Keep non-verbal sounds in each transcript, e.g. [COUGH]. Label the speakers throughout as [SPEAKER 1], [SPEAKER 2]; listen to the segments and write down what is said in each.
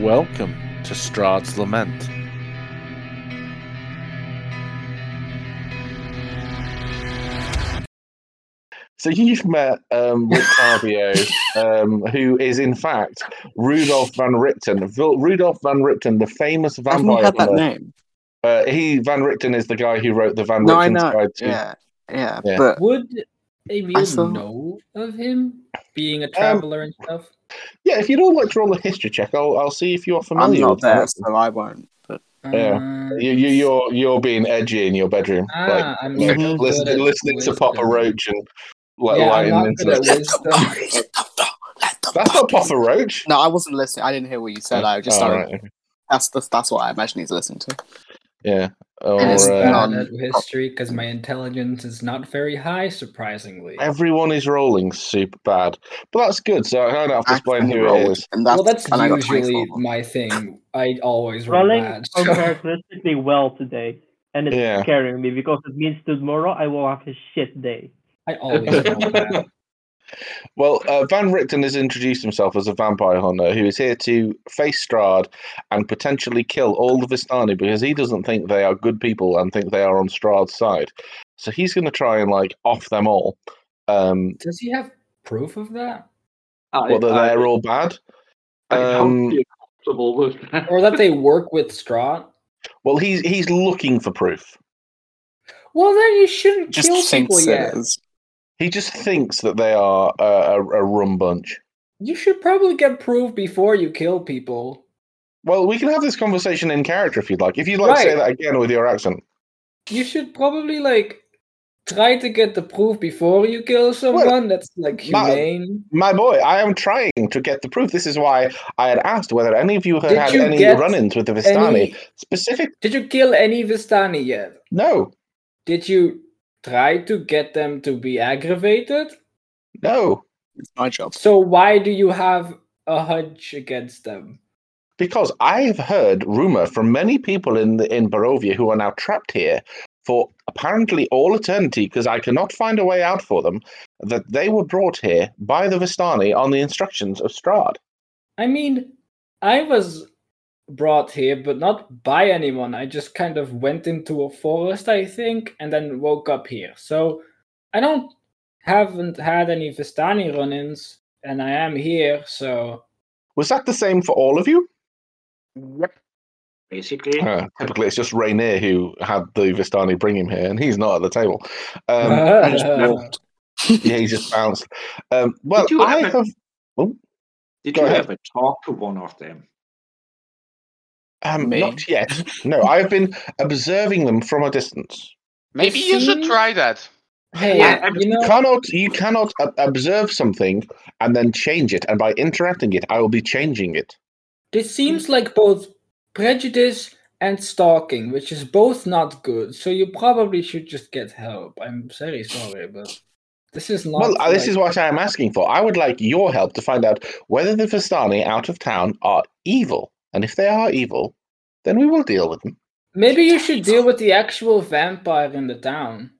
[SPEAKER 1] Welcome to Strahd's Lament.
[SPEAKER 2] So you've met um, Rick
[SPEAKER 1] [LAUGHS]
[SPEAKER 2] Tarbio, um, who is in fact Rudolf van Richten. Vil- Rudolf van Richten, the famous
[SPEAKER 3] I've not
[SPEAKER 2] vampire.
[SPEAKER 3] heard that
[SPEAKER 2] hunter.
[SPEAKER 3] name.
[SPEAKER 2] Uh, he van Richten is the guy who wrote the Van
[SPEAKER 3] No, I
[SPEAKER 2] Richten's
[SPEAKER 3] know.
[SPEAKER 2] Guide to.
[SPEAKER 3] Yeah, yeah,
[SPEAKER 2] Yeah.
[SPEAKER 3] but
[SPEAKER 4] Would Emil
[SPEAKER 3] saw-
[SPEAKER 4] know of him being
[SPEAKER 2] Um,
[SPEAKER 4] a traveler and stuff?
[SPEAKER 2] Yeah, if you'd all like to roll a history check, I'll, I'll see if you're
[SPEAKER 3] I'm
[SPEAKER 2] familiar.
[SPEAKER 3] not
[SPEAKER 2] with Van
[SPEAKER 3] there,
[SPEAKER 2] Richten.
[SPEAKER 3] so I won't. But
[SPEAKER 2] Yeah.
[SPEAKER 4] Uh,
[SPEAKER 2] You, you, you're you're being edgy in your bedroom,
[SPEAKER 4] ah,
[SPEAKER 2] like,
[SPEAKER 4] I'm
[SPEAKER 2] like
[SPEAKER 4] not good
[SPEAKER 2] listening
[SPEAKER 4] at
[SPEAKER 2] listening to Papa
[SPEAKER 4] wisdom.
[SPEAKER 2] Roach and like
[SPEAKER 4] Yeah, I'm
[SPEAKER 2] lying
[SPEAKER 4] not
[SPEAKER 2] into
[SPEAKER 4] good at
[SPEAKER 2] that.
[SPEAKER 4] wisdom.
[SPEAKER 2] That's not Papa Roach.
[SPEAKER 3] no, I wasn't listening. I didn't hear what you said. I just
[SPEAKER 2] Oh,
[SPEAKER 3] started.
[SPEAKER 2] right.
[SPEAKER 3] That's the, that's what I imagine he's listening to.
[SPEAKER 2] Yeah. Or,
[SPEAKER 4] I'm
[SPEAKER 3] It's
[SPEAKER 2] uh,
[SPEAKER 3] not-
[SPEAKER 4] bad at history because my intelligence is not very high, surprisingly.
[SPEAKER 2] everyone is rolling super bad, but that's good. So I don't have to explain who it is.
[SPEAKER 3] And that's,
[SPEAKER 4] well, that's
[SPEAKER 3] and I got
[SPEAKER 4] usually
[SPEAKER 3] 24.
[SPEAKER 4] my thing. I always roll
[SPEAKER 5] Rolling
[SPEAKER 4] bad. [LAUGHS] so-
[SPEAKER 5] uncharacteristically well today, and it's
[SPEAKER 2] Yeah.
[SPEAKER 5] scaring me because it means tomorrow I will have a shit day.
[SPEAKER 4] I always
[SPEAKER 2] [LAUGHS]
[SPEAKER 4] roll bad.
[SPEAKER 2] Well, uh, Van Richten has introduced himself as a vampire hunter who is here to face Strahd and potentially kill all the Vistani because he doesn't think they are good people and think they are on Strahd's side. So he's going to try and like off them all. Um,
[SPEAKER 4] Does he have proof of that?
[SPEAKER 6] I,
[SPEAKER 2] whether
[SPEAKER 6] I,
[SPEAKER 2] they're all bad.
[SPEAKER 6] I
[SPEAKER 2] Um,
[SPEAKER 6] don't feel comfortable with that.
[SPEAKER 4] Or that they work with Straw?
[SPEAKER 2] Well, he's he's looking for proof.
[SPEAKER 4] Well, then you shouldn't kill
[SPEAKER 3] just
[SPEAKER 4] people
[SPEAKER 3] thinks
[SPEAKER 4] yet.
[SPEAKER 3] it is.
[SPEAKER 2] He just thinks that they are a, a, a rum bunch.
[SPEAKER 4] You should probably get proof before you kill people.
[SPEAKER 2] Well, we can have this conversation in character if you'd like. If you'd like to say
[SPEAKER 4] Right.
[SPEAKER 2] that again with your accent.
[SPEAKER 4] You should probably like try to get the proof before you kill someone. That's like
[SPEAKER 2] not-
[SPEAKER 4] humane.
[SPEAKER 2] My boy, I am trying to get the proof. This is why I had asked whether any of you had
[SPEAKER 4] Did
[SPEAKER 2] had
[SPEAKER 4] you
[SPEAKER 2] any
[SPEAKER 4] get
[SPEAKER 2] run ins with the Vistani.
[SPEAKER 4] Any,
[SPEAKER 2] Specific?
[SPEAKER 4] did you kill any Vistani yet?
[SPEAKER 2] No,
[SPEAKER 4] Did you try to get them to be aggravated?
[SPEAKER 2] no.
[SPEAKER 3] It's my job.
[SPEAKER 4] So why do you have a hunch against them?
[SPEAKER 2] Because I have heard rumor from many people in the, in Barovia who are now trapped here for apparently all eternity because I cannot find a way out for them that they were brought here by the Vistani on the instructions of Strahd.
[SPEAKER 4] I mean, I was brought here, but not by anyone. I just kind of went into a forest, I think, and then woke up here. So I don't haven't had any Vistani run-ins, and I am here. So
[SPEAKER 2] Was that the same for all of you?
[SPEAKER 3] Yep.
[SPEAKER 6] Basically,
[SPEAKER 2] Uh, typically, it's just Rainier who had the Vistani bring him here, and he's not at the table.
[SPEAKER 4] [LAUGHS]
[SPEAKER 2] Um,
[SPEAKER 6] Uh,
[SPEAKER 3] I just walked.
[SPEAKER 2] [LAUGHS] yeah, he just bounced. Um, well,
[SPEAKER 6] Did you
[SPEAKER 2] I
[SPEAKER 6] have a-
[SPEAKER 2] have.
[SPEAKER 6] did
[SPEAKER 2] go
[SPEAKER 6] you
[SPEAKER 2] ahead.
[SPEAKER 6] ever talk to one of them?
[SPEAKER 2] Um,
[SPEAKER 3] Me?
[SPEAKER 2] not
[SPEAKER 6] [LAUGHS]
[SPEAKER 2] yet. No, I've been observing them from a distance.
[SPEAKER 7] Maybe you should
[SPEAKER 4] See?
[SPEAKER 7] try that.
[SPEAKER 4] Hey,
[SPEAKER 6] Yeah, I
[SPEAKER 4] you know,
[SPEAKER 2] Cannot you cannot ob- observe something and then change it, and by interacting it, I will be changing it.
[SPEAKER 4] this seems like both prejudice and stalking, which is both not good. So you probably should just get help. I'm very sorry, but this is not.
[SPEAKER 2] Well, uh, this is
[SPEAKER 4] like-
[SPEAKER 2] what I am asking for. I would like your help to find out whether the Vistani out of town are evil, and if they are evil, then we will deal with them.
[SPEAKER 4] Maybe you should deal with the actual vampire in the town.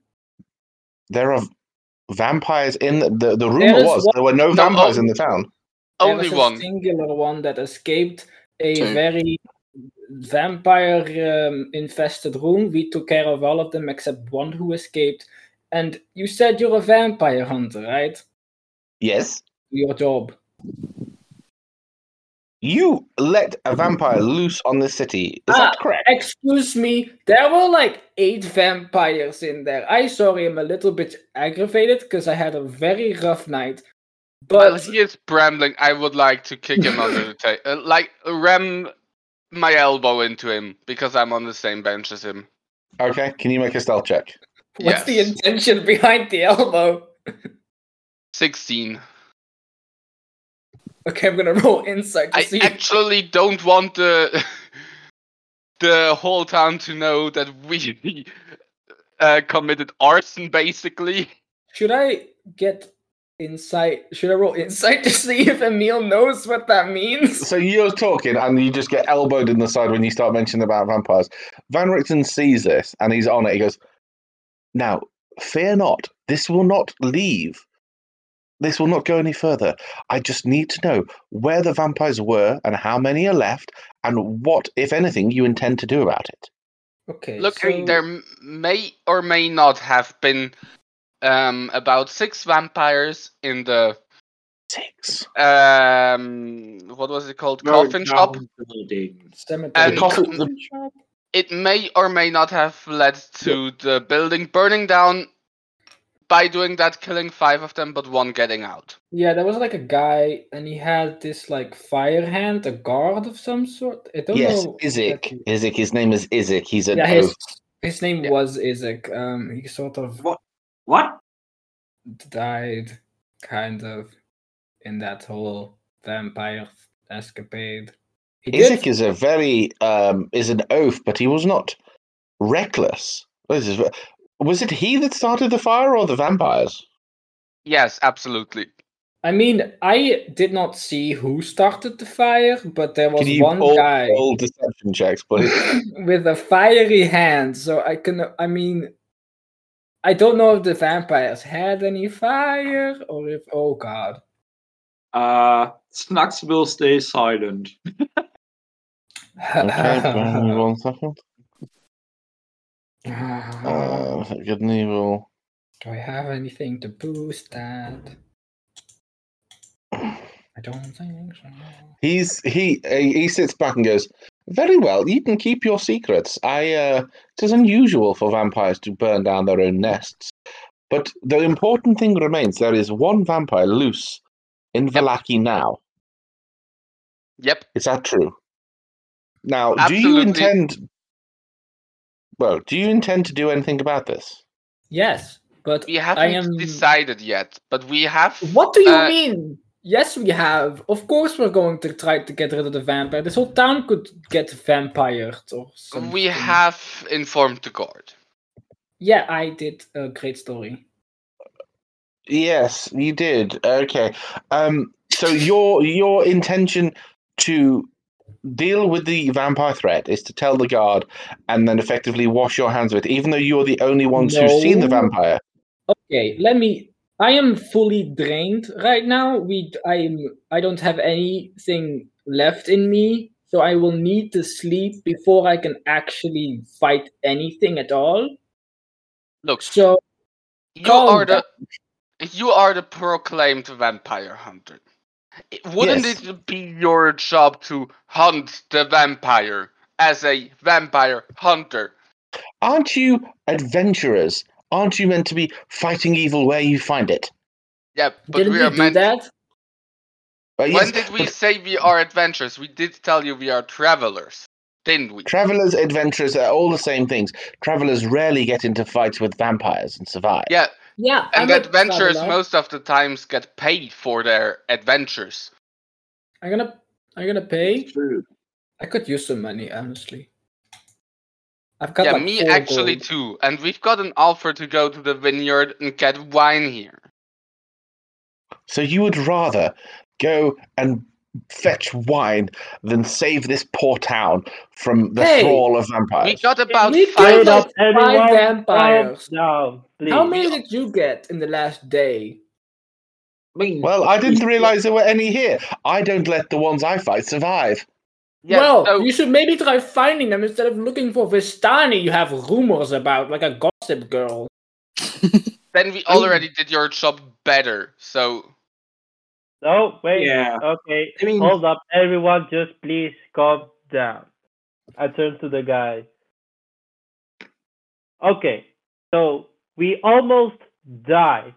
[SPEAKER 2] There are vampires in the the, the
[SPEAKER 4] There
[SPEAKER 2] rumor
[SPEAKER 4] is
[SPEAKER 2] was
[SPEAKER 4] one-
[SPEAKER 2] there were no
[SPEAKER 7] No,
[SPEAKER 2] vampires
[SPEAKER 7] oh.
[SPEAKER 2] in the town.
[SPEAKER 4] There
[SPEAKER 7] Only
[SPEAKER 4] was a
[SPEAKER 7] one.
[SPEAKER 4] singular one that escaped a
[SPEAKER 3] Two.
[SPEAKER 4] very vampire um, infested room. We took care of all of them except one who escaped. And you said you're a vampire hunter, right?
[SPEAKER 2] Yes,
[SPEAKER 4] Your job.
[SPEAKER 2] you let a vampire loose on the city. Is
[SPEAKER 4] Ah.
[SPEAKER 2] that correct?
[SPEAKER 4] Excuse me, there were like eight vampires in there. I sorry, I'm a little bit aggravated because I had a very rough night.
[SPEAKER 7] Well,
[SPEAKER 4] But
[SPEAKER 7] he is brambling. I would like to kick him under the table. Uh, like, ram my elbow into him because I'm on the same bench as him.
[SPEAKER 2] Okay, can you make a stealth check?
[SPEAKER 4] what's the
[SPEAKER 7] Yes.
[SPEAKER 4] intention behind the elbow?
[SPEAKER 7] 16.
[SPEAKER 4] Okay, I'm gonna [LAUGHS] roll insight to
[SPEAKER 7] I
[SPEAKER 4] see.
[SPEAKER 7] actually don't want the [LAUGHS] the whole town to know that
[SPEAKER 4] [LAUGHS]
[SPEAKER 7] we uh, committed arson, basically.
[SPEAKER 4] Should I get insight? Should I roll insight [LAUGHS] to see if Emil knows what that means?
[SPEAKER 2] So you're talking, and you just get elbowed in the side when you start mentioning about vampires. Van Richten sees this, and he's on it. He goes, "Now, fear not. This will not leave This will not go any further. I just need to know where the vampires were and how many are left, and what, if anything, you intend to do about it.
[SPEAKER 4] Okay.
[SPEAKER 7] Look,
[SPEAKER 4] so-
[SPEAKER 7] there m- may or may not have been um, about six vampires in the
[SPEAKER 2] Six.
[SPEAKER 7] um, what was it called? Coffin shop.
[SPEAKER 6] Building.
[SPEAKER 4] Cemetery.
[SPEAKER 7] and- Coffin
[SPEAKER 4] shop.
[SPEAKER 7] It may or may not have led to the building burning down by doing that, killing five of them, but one getting out.
[SPEAKER 4] Yeah, there was like a guy, and he had this like fire hand, a guard of some sort. I don't
[SPEAKER 2] Yes,
[SPEAKER 4] know.
[SPEAKER 2] Isaac.
[SPEAKER 4] exactly.
[SPEAKER 2] Isaac. His name is Isaac. He's an
[SPEAKER 4] Yeah,
[SPEAKER 2] oaf.
[SPEAKER 4] his, his name
[SPEAKER 7] Yeah.
[SPEAKER 4] was Isaac. Um, he sort of
[SPEAKER 6] What?
[SPEAKER 4] died, kind of, in that whole vampire escapade. He
[SPEAKER 2] Isaac
[SPEAKER 4] did.
[SPEAKER 2] is a very um, is an oaf, but he was not reckless. This is- was it he that started the fire or the vampires?
[SPEAKER 7] Yes, absolutely.
[SPEAKER 4] I mean, I did not see who started the fire, but there was
[SPEAKER 2] Can you
[SPEAKER 4] one
[SPEAKER 2] all
[SPEAKER 4] guy
[SPEAKER 2] roll deception checks, please?
[SPEAKER 4] [LAUGHS] with a fiery hand. So I can, I mean, I don't know if the vampires had any fire or if. Oh God.
[SPEAKER 6] Uh, Snacks will stay silent.
[SPEAKER 2] okay, bear with
[SPEAKER 4] [LAUGHS]
[SPEAKER 2] me one second.
[SPEAKER 4] Uh,
[SPEAKER 2] Uh, good and evil.
[SPEAKER 4] Do I have anything to boost that? I don't think so.
[SPEAKER 2] He's he uh, he sits back and goes. Very well, you can keep your secrets. I uh, it is unusual for vampires to burn down their own nests, but the important thing remains: there is one vampire loose in Valaki now.
[SPEAKER 7] Yep.
[SPEAKER 2] Is that true? Now, do you
[SPEAKER 7] Absolutely.
[SPEAKER 2] intend? Well, do you intend to do anything about this?
[SPEAKER 4] Yes, but
[SPEAKER 7] We haven't
[SPEAKER 4] I am.
[SPEAKER 7] decided yet, but we have.
[SPEAKER 4] What do you
[SPEAKER 7] uh,
[SPEAKER 4] mean? Yes, we have. Of course, we're going to try to get rid of the vampire. This whole town could get vampired or something.
[SPEAKER 7] We have informed the guard.
[SPEAKER 4] Yeah, I did a great story.
[SPEAKER 2] Yes, you did. Okay. Um, so your your intention to deal with the vampire threat is to tell the guard and then effectively wash your hands of it, even though you're the only ones who've seen the
[SPEAKER 4] No.
[SPEAKER 2] vampire.
[SPEAKER 4] Okay, let me. I am fully drained right now. We, I am. I don't have anything left in me, so I will need to sleep before I can actually fight anything at all.
[SPEAKER 7] Look,
[SPEAKER 4] So oh,
[SPEAKER 7] You
[SPEAKER 4] Calm
[SPEAKER 7] are the you are the proclaimed vampire hunter. I- Wouldn't
[SPEAKER 2] Yes.
[SPEAKER 7] it be your job to hunt the vampire as a vampire hunter?
[SPEAKER 2] Aren't you adventurers? Aren't you meant to be fighting evil where you find it?
[SPEAKER 7] Yeah, but
[SPEAKER 4] didn't
[SPEAKER 7] we
[SPEAKER 4] we,
[SPEAKER 7] are
[SPEAKER 4] do
[SPEAKER 7] meant.
[SPEAKER 4] that?
[SPEAKER 2] Uh,
[SPEAKER 7] When
[SPEAKER 2] yes,
[SPEAKER 7] did we
[SPEAKER 2] but-
[SPEAKER 7] say we are adventurers? We did tell you we are travelers, didn't we?
[SPEAKER 2] Travelers, adventurers are all the same things. Travelers rarely get into fights with vampires and survive.
[SPEAKER 7] yeah,
[SPEAKER 4] Yeah,
[SPEAKER 7] and
[SPEAKER 4] I'm a
[SPEAKER 7] adventurers
[SPEAKER 4] traveler.
[SPEAKER 7] most of the times get paid for their adventures.
[SPEAKER 4] I'm gonna. I'm gonna pay.
[SPEAKER 6] True.
[SPEAKER 4] I could use some money, honestly. I've got
[SPEAKER 7] yeah,
[SPEAKER 4] like
[SPEAKER 7] me
[SPEAKER 4] four
[SPEAKER 7] actually
[SPEAKER 4] gold.
[SPEAKER 7] too. And we've got an offer to go to the vineyard and get wine here.
[SPEAKER 2] So you would rather go and fetch wine than save this poor town from the
[SPEAKER 4] Hey!
[SPEAKER 2] thrall of
[SPEAKER 7] We
[SPEAKER 2] vampires.
[SPEAKER 7] got about
[SPEAKER 4] need
[SPEAKER 7] five
[SPEAKER 4] to-
[SPEAKER 7] of
[SPEAKER 5] up, everyone.
[SPEAKER 4] vampires.
[SPEAKER 5] calm Down, please.
[SPEAKER 4] How many did you get in the last day?
[SPEAKER 6] I mean,
[SPEAKER 2] Well, I didn't realize there were any here. I don't let the ones I fight survive.
[SPEAKER 7] Yeah,
[SPEAKER 4] well,
[SPEAKER 7] so-
[SPEAKER 4] you should maybe try finding them instead of looking for Vistani you have rumors about, like a gossip girl.
[SPEAKER 7] Then we already did your job better. So
[SPEAKER 5] No, wait.
[SPEAKER 6] Yeah.
[SPEAKER 5] Okay.
[SPEAKER 6] I mean,
[SPEAKER 5] Hold up, everyone. Just please calm down. I turn to the guy. Okay, so we almost died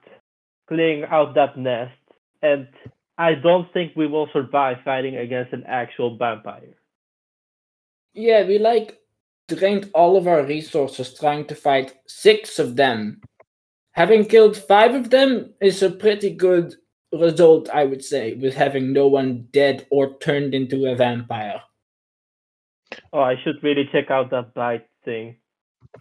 [SPEAKER 5] clearing out that nest, and I don't think we will survive fighting against an actual vampire.
[SPEAKER 4] Yeah, we like drained all of our resources trying to fight six of them. Having killed five of them is a pretty good result, I would say, with having no one dead or turned into a vampire.
[SPEAKER 5] Oh, I should really check out that bite thing.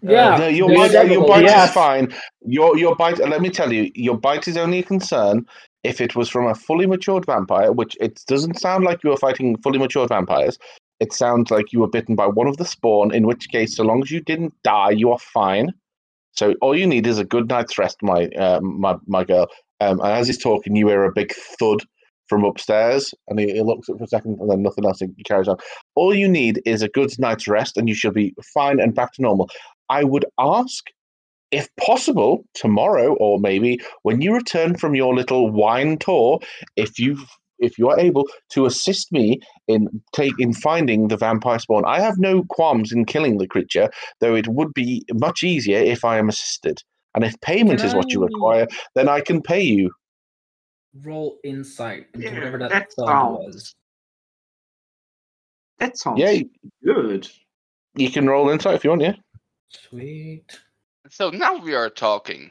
[SPEAKER 4] Yeah,
[SPEAKER 2] No, your
[SPEAKER 4] there's
[SPEAKER 2] bite, your
[SPEAKER 4] several.
[SPEAKER 2] bite
[SPEAKER 5] Yes.
[SPEAKER 2] is fine. Your your bite. Let me tell you, your bite is only a concern if it was from a fully matured vampire, which it doesn't sound like you were fighting fully matured vampires. It sounds like you were bitten by one of the spawn. In which case, so long as you didn't die, you are fine. So all you need is a good night's rest, my uh, my my girl, Um, and as he's talking, you hear a big thud from upstairs, and he, he looks up for a second, and then nothing else. and He carries on. All you need is a good night's rest, and you shall be fine and back to normal. I would ask, if possible, tomorrow or maybe when you return from your little wine tour, if you if you are able to assist me in take in finding the vampire spawn. I have no qualms in killing the creature, though it would be much easier if I am assisted. And if payment
[SPEAKER 4] Can
[SPEAKER 2] is what you
[SPEAKER 4] I-
[SPEAKER 2] require, then I can pay you.
[SPEAKER 4] Roll insight into
[SPEAKER 6] Yeah,
[SPEAKER 4] whatever
[SPEAKER 6] that
[SPEAKER 4] that sound
[SPEAKER 6] sounds-
[SPEAKER 4] was.
[SPEAKER 6] That sounds
[SPEAKER 2] Yeah, you-
[SPEAKER 6] good.
[SPEAKER 2] you can roll insight if you want, yeah.
[SPEAKER 4] Sweet.
[SPEAKER 7] So now we are talking.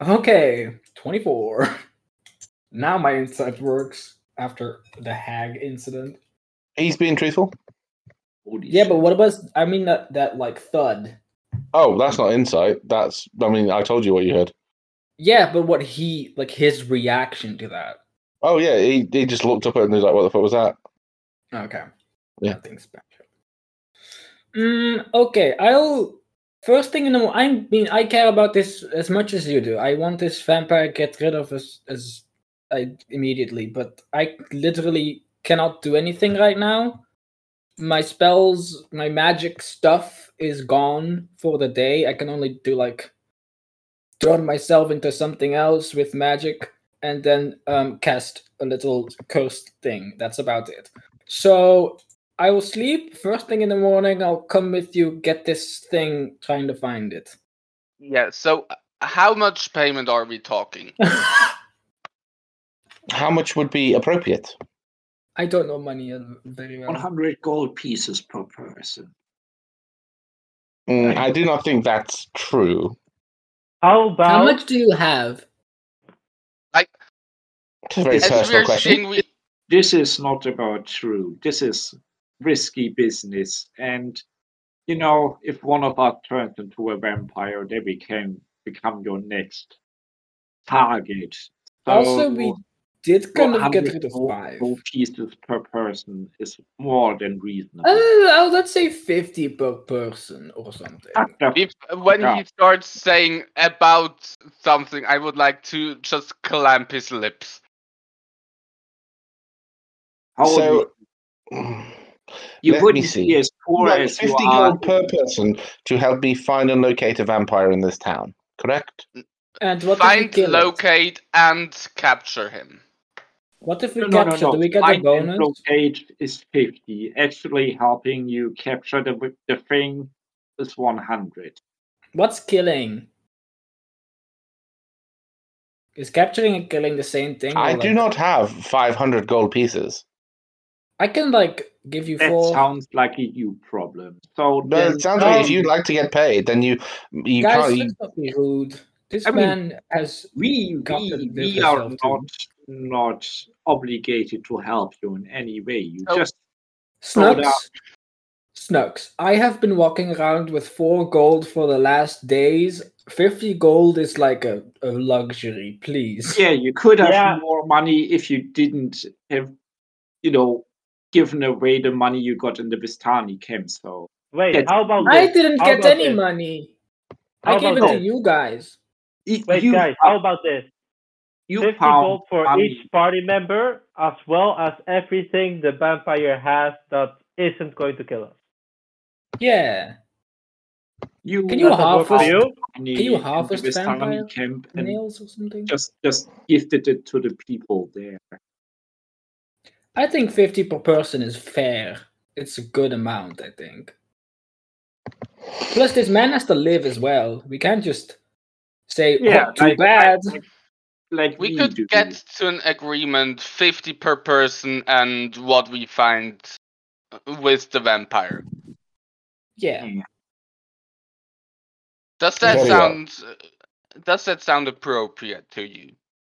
[SPEAKER 4] Okay, 24. [LAUGHS] Now my insight works after the hag incident.
[SPEAKER 2] He's being truthful.
[SPEAKER 6] Holy
[SPEAKER 4] Yeah,
[SPEAKER 6] shit.
[SPEAKER 4] but what about I mean that that like thud?
[SPEAKER 2] Oh, that's not insight. That's I mean, I told you what you heard.
[SPEAKER 4] Yeah, but what he like his reaction to that.
[SPEAKER 2] Oh yeah, he, he just looked up at it and he's like, "What the fuck was that?"
[SPEAKER 4] Okay.
[SPEAKER 2] Yeah.
[SPEAKER 4] Nothing special. Mm, okay, I'll. First thing in the morning, I mean, I care about this as much as you do. I want this vampire get rid of as as I, immediately, but I literally cannot do anything right now. My spells, my magic stuff is gone for the day. I can only do like turn myself into something else with magic and then um, cast a little cursed thing. That's about it. So I will sleep. First thing in the morning, I'll come with you, get this thing, trying to find
[SPEAKER 6] [LAUGHS]
[SPEAKER 4] it.
[SPEAKER 7] Yeah. So uh, how much payment are we talking?
[SPEAKER 2] How much would be appropriate?
[SPEAKER 4] I don't know money uh, very well.
[SPEAKER 6] 100 gold pieces per person.
[SPEAKER 2] Mm, I do not think that's true.
[SPEAKER 5] Uh, How about
[SPEAKER 4] How much do you have?
[SPEAKER 2] It's a very
[SPEAKER 6] It's
[SPEAKER 7] As
[SPEAKER 2] personal
[SPEAKER 7] we're
[SPEAKER 2] question.
[SPEAKER 7] seeing, we
[SPEAKER 6] This is not about true. This is risky business. And, you know, if one of us turned into a vampire, they became become your next target. So
[SPEAKER 4] also, we did kind of get
[SPEAKER 6] 400
[SPEAKER 4] rid of
[SPEAKER 6] gold-
[SPEAKER 4] five.
[SPEAKER 6] gold pieces per person is more than reasonable.
[SPEAKER 4] Uh, I'll- let's say 50 per person or something.
[SPEAKER 6] What the
[SPEAKER 7] if when
[SPEAKER 6] Yeah.
[SPEAKER 7] he starts saying about something, I would like to just clamp his lips.
[SPEAKER 6] How would
[SPEAKER 2] So,
[SPEAKER 6] you, you
[SPEAKER 2] let me
[SPEAKER 6] wouldn't
[SPEAKER 2] see.
[SPEAKER 6] be as poor
[SPEAKER 2] Well,
[SPEAKER 6] as
[SPEAKER 2] 50
[SPEAKER 6] you are.
[SPEAKER 2] gold per person to help me find and locate a vampire in this town, correct?
[SPEAKER 4] And what if we
[SPEAKER 7] Find,
[SPEAKER 4] kill it?
[SPEAKER 7] locate, and capture him.
[SPEAKER 4] What if we
[SPEAKER 6] No, no, no,
[SPEAKER 4] capture?
[SPEAKER 6] no.
[SPEAKER 4] Do we get a
[SPEAKER 6] Find and
[SPEAKER 4] bonus?
[SPEAKER 6] locate is 50. Actually, helping you capture the wi- the thing is 100.
[SPEAKER 4] What's killing? Is capturing and killing the same thing? or
[SPEAKER 2] I do
[SPEAKER 4] like-
[SPEAKER 2] not have 500 gold pieces.
[SPEAKER 4] I can like give you
[SPEAKER 6] That
[SPEAKER 4] four.
[SPEAKER 6] sounds like a you problem. So
[SPEAKER 2] But
[SPEAKER 6] then,
[SPEAKER 2] it sounds like if
[SPEAKER 6] um,
[SPEAKER 2] you'd like to get paid, then you you
[SPEAKER 4] Guys,
[SPEAKER 2] can't.
[SPEAKER 4] let's not be rude. This
[SPEAKER 6] I mean-
[SPEAKER 4] man has.
[SPEAKER 6] we
[SPEAKER 4] got to
[SPEAKER 6] we,
[SPEAKER 4] live
[SPEAKER 6] we are
[SPEAKER 4] yourself too.
[SPEAKER 6] not not obligated to help you in any way. You
[SPEAKER 7] Oh.
[SPEAKER 6] just Hold
[SPEAKER 4] Snooks. Snooks. I have been walking around with four gold for the last days. 50 gold is like a, a luxury, please.
[SPEAKER 6] yeah, you could have
[SPEAKER 5] Yeah.
[SPEAKER 6] more money if you didn't have, you know, given away the money you got in the Vistani camp. So
[SPEAKER 5] wait?
[SPEAKER 6] Yes.
[SPEAKER 5] How about
[SPEAKER 4] I
[SPEAKER 5] this?
[SPEAKER 4] didn't
[SPEAKER 5] How
[SPEAKER 4] get
[SPEAKER 5] about
[SPEAKER 4] any
[SPEAKER 5] this?
[SPEAKER 4] money. I
[SPEAKER 5] How
[SPEAKER 4] gave it
[SPEAKER 5] about
[SPEAKER 4] to
[SPEAKER 5] this?
[SPEAKER 4] you guys.
[SPEAKER 6] y-
[SPEAKER 5] Wait,
[SPEAKER 6] you
[SPEAKER 5] guys. How about this?
[SPEAKER 6] you
[SPEAKER 5] 50
[SPEAKER 6] found
[SPEAKER 5] gold for
[SPEAKER 6] money.
[SPEAKER 5] each party member, as well as everything the vampire has that isn't going to kill us.
[SPEAKER 4] Yeah.
[SPEAKER 6] You
[SPEAKER 4] Can you
[SPEAKER 5] Does that work for
[SPEAKER 4] harvest-
[SPEAKER 5] you?
[SPEAKER 6] money
[SPEAKER 4] Can you
[SPEAKER 6] in the
[SPEAKER 4] harvest
[SPEAKER 6] Vistani
[SPEAKER 4] vampire
[SPEAKER 6] camp and
[SPEAKER 4] Nails or something?
[SPEAKER 6] just just gifted it to the people there.
[SPEAKER 4] I think 50 per person is fair. It's a good amount, I think. Plus, this man has to live as well. We can't just say,
[SPEAKER 6] Yeah,
[SPEAKER 4] oh, too
[SPEAKER 6] like-
[SPEAKER 4] bad.
[SPEAKER 6] like- Like
[SPEAKER 7] We could
[SPEAKER 6] do.
[SPEAKER 7] get to an agreement, fifty per person, and what we find with the vampire.
[SPEAKER 4] yeah.
[SPEAKER 7] Does that
[SPEAKER 2] Very well.
[SPEAKER 7] sound? Does that sound appropriate to you?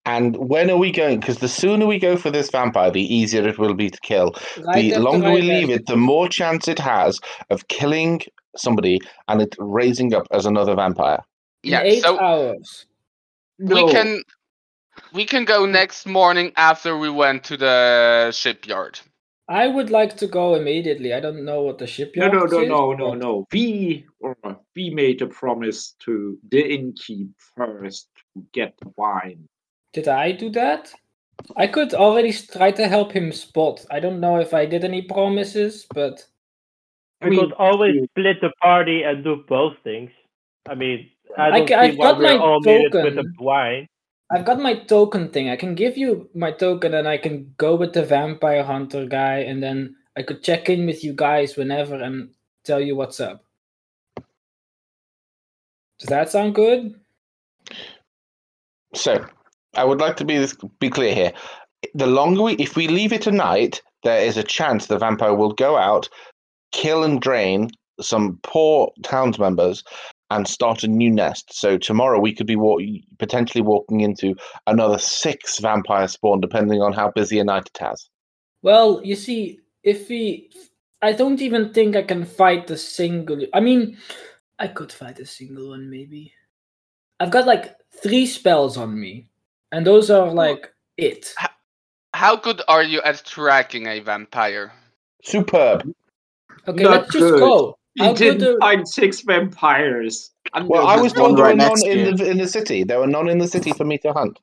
[SPEAKER 2] And when are we going? Because the sooner we go for this vampire, the easier it will be to kill. the
[SPEAKER 4] after
[SPEAKER 2] longer we
[SPEAKER 4] right
[SPEAKER 2] leave
[SPEAKER 4] after.
[SPEAKER 2] it, the more chance it has of killing somebody and it raising up as another vampire.
[SPEAKER 4] In
[SPEAKER 7] Yeah.
[SPEAKER 4] eight
[SPEAKER 7] so
[SPEAKER 4] hours.
[SPEAKER 7] we can we can go next morning after we went to the shipyard.
[SPEAKER 4] I would like to go immediately. I don't know what the
[SPEAKER 6] No,
[SPEAKER 4] shipyard
[SPEAKER 6] no, no,
[SPEAKER 4] is,
[SPEAKER 6] no, no,
[SPEAKER 4] but
[SPEAKER 6] no. We uh, we made a promise to the innkeep first get wine.
[SPEAKER 4] Did I do that? I could already s- try to help him spot. I don't know if I did any promises, but
[SPEAKER 6] I
[SPEAKER 5] We
[SPEAKER 6] mean,
[SPEAKER 5] could always split the party and do both things. I mean, I
[SPEAKER 4] I
[SPEAKER 5] don't
[SPEAKER 4] ca-
[SPEAKER 5] see
[SPEAKER 4] I've
[SPEAKER 5] why
[SPEAKER 4] got
[SPEAKER 5] we're
[SPEAKER 4] my
[SPEAKER 5] all needed with a
[SPEAKER 4] token.
[SPEAKER 5] wine.
[SPEAKER 4] I've got my token thing. I can give you my token and I can go with the vampire hunter guy and then I could check in with you guys whenever and tell you what's up. Does that sound good?
[SPEAKER 2] So, I would like to be this, be clear here. The longer we, if we leave it a night, there is a chance the vampire will go out, kill and drain some poor towns members, and start a new nest. So tomorrow we could be wa- potentially walking into another six vampire spawn, depending on how busy a night it has.
[SPEAKER 4] Well, you see, if we I don't even think I can fight the single I mean, I could fight a single one maybe. I've got like three spells on me. And those are like it.
[SPEAKER 7] How good are you at tracking a vampire?
[SPEAKER 2] Superb.
[SPEAKER 4] Okay,
[SPEAKER 6] Not
[SPEAKER 4] let's just
[SPEAKER 6] good.
[SPEAKER 4] go.
[SPEAKER 6] You
[SPEAKER 4] I'll go
[SPEAKER 6] didn't
[SPEAKER 4] to-
[SPEAKER 6] find six vampires. And
[SPEAKER 2] Well,
[SPEAKER 6] there's
[SPEAKER 2] I was
[SPEAKER 6] one
[SPEAKER 2] told there
[SPEAKER 6] right
[SPEAKER 2] were
[SPEAKER 3] next
[SPEAKER 2] none
[SPEAKER 3] to
[SPEAKER 2] in the in the city. There were none in the city for me to hunt.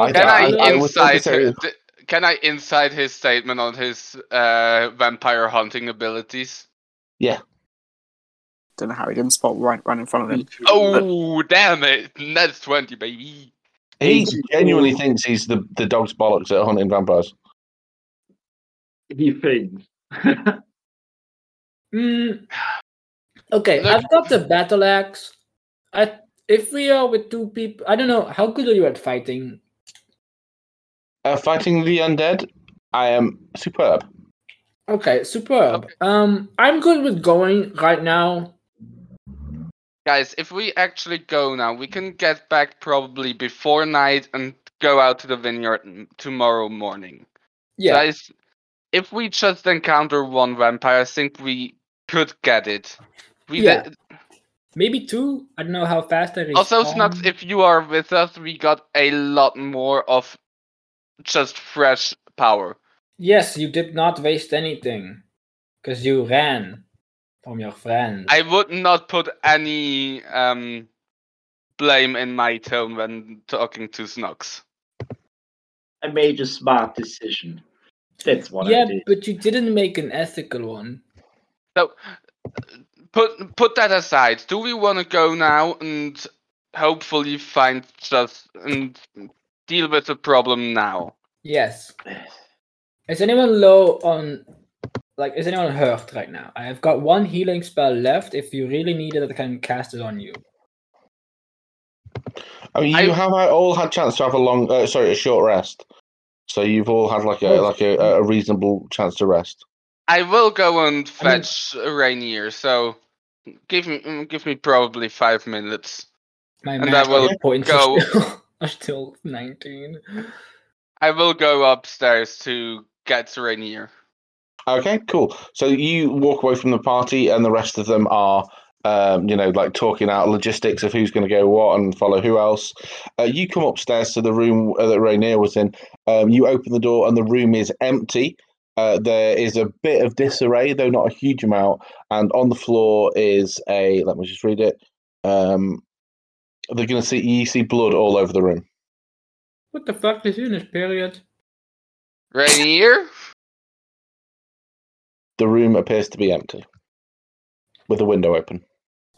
[SPEAKER 4] Okay,
[SPEAKER 7] Can I,
[SPEAKER 4] I- I
[SPEAKER 2] was told
[SPEAKER 7] insight?
[SPEAKER 2] there
[SPEAKER 7] hi-
[SPEAKER 2] is-
[SPEAKER 7] th- Can I insight his statement on his uh, vampire hunting abilities?
[SPEAKER 3] Don't know how he didn't spot right, right in front
[SPEAKER 4] Mm.
[SPEAKER 3] of him.
[SPEAKER 7] Oh damn it! That's twenty, baby.
[SPEAKER 2] He
[SPEAKER 6] Eighty-two.
[SPEAKER 2] genuinely thinks he's the, the dog's bollocks at hunting vampires.
[SPEAKER 6] He [LAUGHS] thinks.
[SPEAKER 4] Mm. Okay,
[SPEAKER 7] Look-
[SPEAKER 4] I've got the battle axe. I if we are with two people, I don't know how good are you at fighting.
[SPEAKER 2] Uh, fighting the undead, I am superb.
[SPEAKER 4] Okay, superb.
[SPEAKER 7] Okay.
[SPEAKER 4] Um, I'm good with going right now.
[SPEAKER 7] Guys, if we actually go now, we can get back probably before night and go out to the vineyard n- tomorrow morning.
[SPEAKER 4] Yeah,
[SPEAKER 7] Guys, if we just encounter one vampire, I think we could get it. We
[SPEAKER 4] Yeah.
[SPEAKER 7] did-
[SPEAKER 4] maybe two. I don't know how fast I
[SPEAKER 7] also, Snox,
[SPEAKER 4] respond.
[SPEAKER 7] if you are with us, we got a lot more of just fresh power.
[SPEAKER 4] yes, you did not waste anything because you ran from your friends.
[SPEAKER 7] I would not put any um, blame in my tone when talking to Snox.
[SPEAKER 6] I made a smart decision. That's what
[SPEAKER 4] yeah,
[SPEAKER 6] I did.
[SPEAKER 4] but you didn't make an ethical one.
[SPEAKER 7] So put put that aside. Do we want to go now and hopefully find just and deal with the problem now?
[SPEAKER 6] [SIGHS]
[SPEAKER 4] Yes. Is anyone low on like is anyone hurt right now? I have got one healing spell left. If you really need it, I can cast it on you.
[SPEAKER 2] I mean,
[SPEAKER 7] I-
[SPEAKER 2] you have uh, all had chance to have a long, uh, sorry, a short rest. So you've all had like a
[SPEAKER 4] Oh.
[SPEAKER 2] like a, a reasonable chance to rest.
[SPEAKER 7] I will go and
[SPEAKER 4] I mean-
[SPEAKER 7] fetch Rainier. So give me mm, give me probably five minutes.
[SPEAKER 4] My
[SPEAKER 7] And I
[SPEAKER 4] magic
[SPEAKER 7] will
[SPEAKER 4] points
[SPEAKER 7] go-
[SPEAKER 4] are still, [LAUGHS] are still nineteen.
[SPEAKER 7] I will go upstairs to get Rainier.
[SPEAKER 2] Okay, cool. So you walk away from the party, and the rest of them are, um, you know, like talking out logistics of who's going to go what and follow who else. Uh, you come upstairs to the room uh, that Rainier was in. Um, you open the door, and the room is empty. Uh, there is a bit of disarray, though not a huge amount. And on the floor is a. Let me just read it. Um, they're going to see you see blood all over the room.
[SPEAKER 4] What the fuck is in this period? [GASPS]
[SPEAKER 7] Rainier.
[SPEAKER 2] The room appears to be empty, with the window open.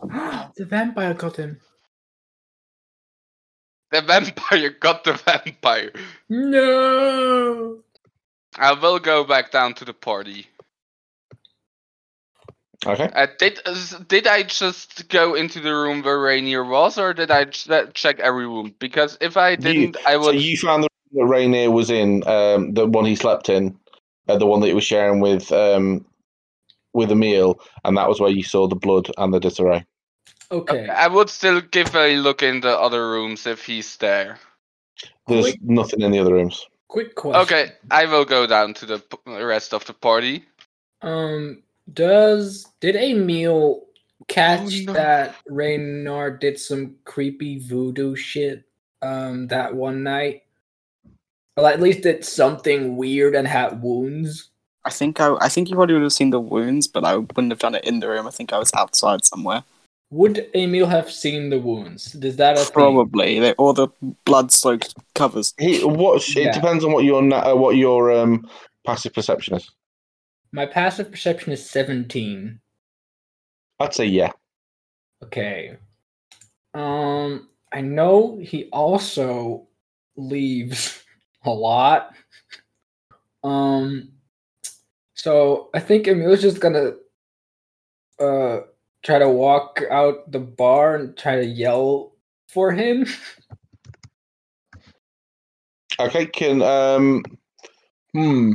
[SPEAKER 4] the vampire got him.
[SPEAKER 7] The vampire [LAUGHS] got the vampire.
[SPEAKER 4] No.
[SPEAKER 7] I will go back down to the party.
[SPEAKER 2] Okay.
[SPEAKER 7] Uh, did s- did I just go into the room where Rainier was, or did I ch- check every room? Because if I didn't, I
[SPEAKER 2] So
[SPEAKER 7] would.
[SPEAKER 2] you found the room that Rainier was in, um, the one he slept in, uh, the one that he was sharing with um, with Emil, and that was where you saw the blood and the disarray.
[SPEAKER 4] Okay.
[SPEAKER 7] Okay, uh, I would still give a look in the other rooms if he's there.
[SPEAKER 2] There's
[SPEAKER 4] Quick,
[SPEAKER 2] nothing in the other rooms.
[SPEAKER 4] quick question.
[SPEAKER 7] Okay, I will go down to the p- rest of the party.
[SPEAKER 4] Um. Does did Emil catch
[SPEAKER 7] Oh, no.
[SPEAKER 4] that Reynard did some creepy voodoo shit? Um. That one night. Well, at least did something weird and had wounds.
[SPEAKER 3] I think I, I think you probably would have seen the wounds, but I wouldn't have done it in the room. I think I was outside somewhere.
[SPEAKER 4] Would Emil have seen the wounds? Is that a thing?
[SPEAKER 3] Probably they, or the blood-soaked covers.
[SPEAKER 2] He, what, sh It
[SPEAKER 4] Yeah.
[SPEAKER 2] depends on what your na- uh, what your um, passive perception is.
[SPEAKER 4] My passive perception is 17.
[SPEAKER 2] I'd say yeah.
[SPEAKER 4] Okay. Um, I know he also leaves [LAUGHS] a lot. Um, so I think Emil's just gonna uh try to walk out the bar and try to yell for him.
[SPEAKER 2] Okay, can um, hmm.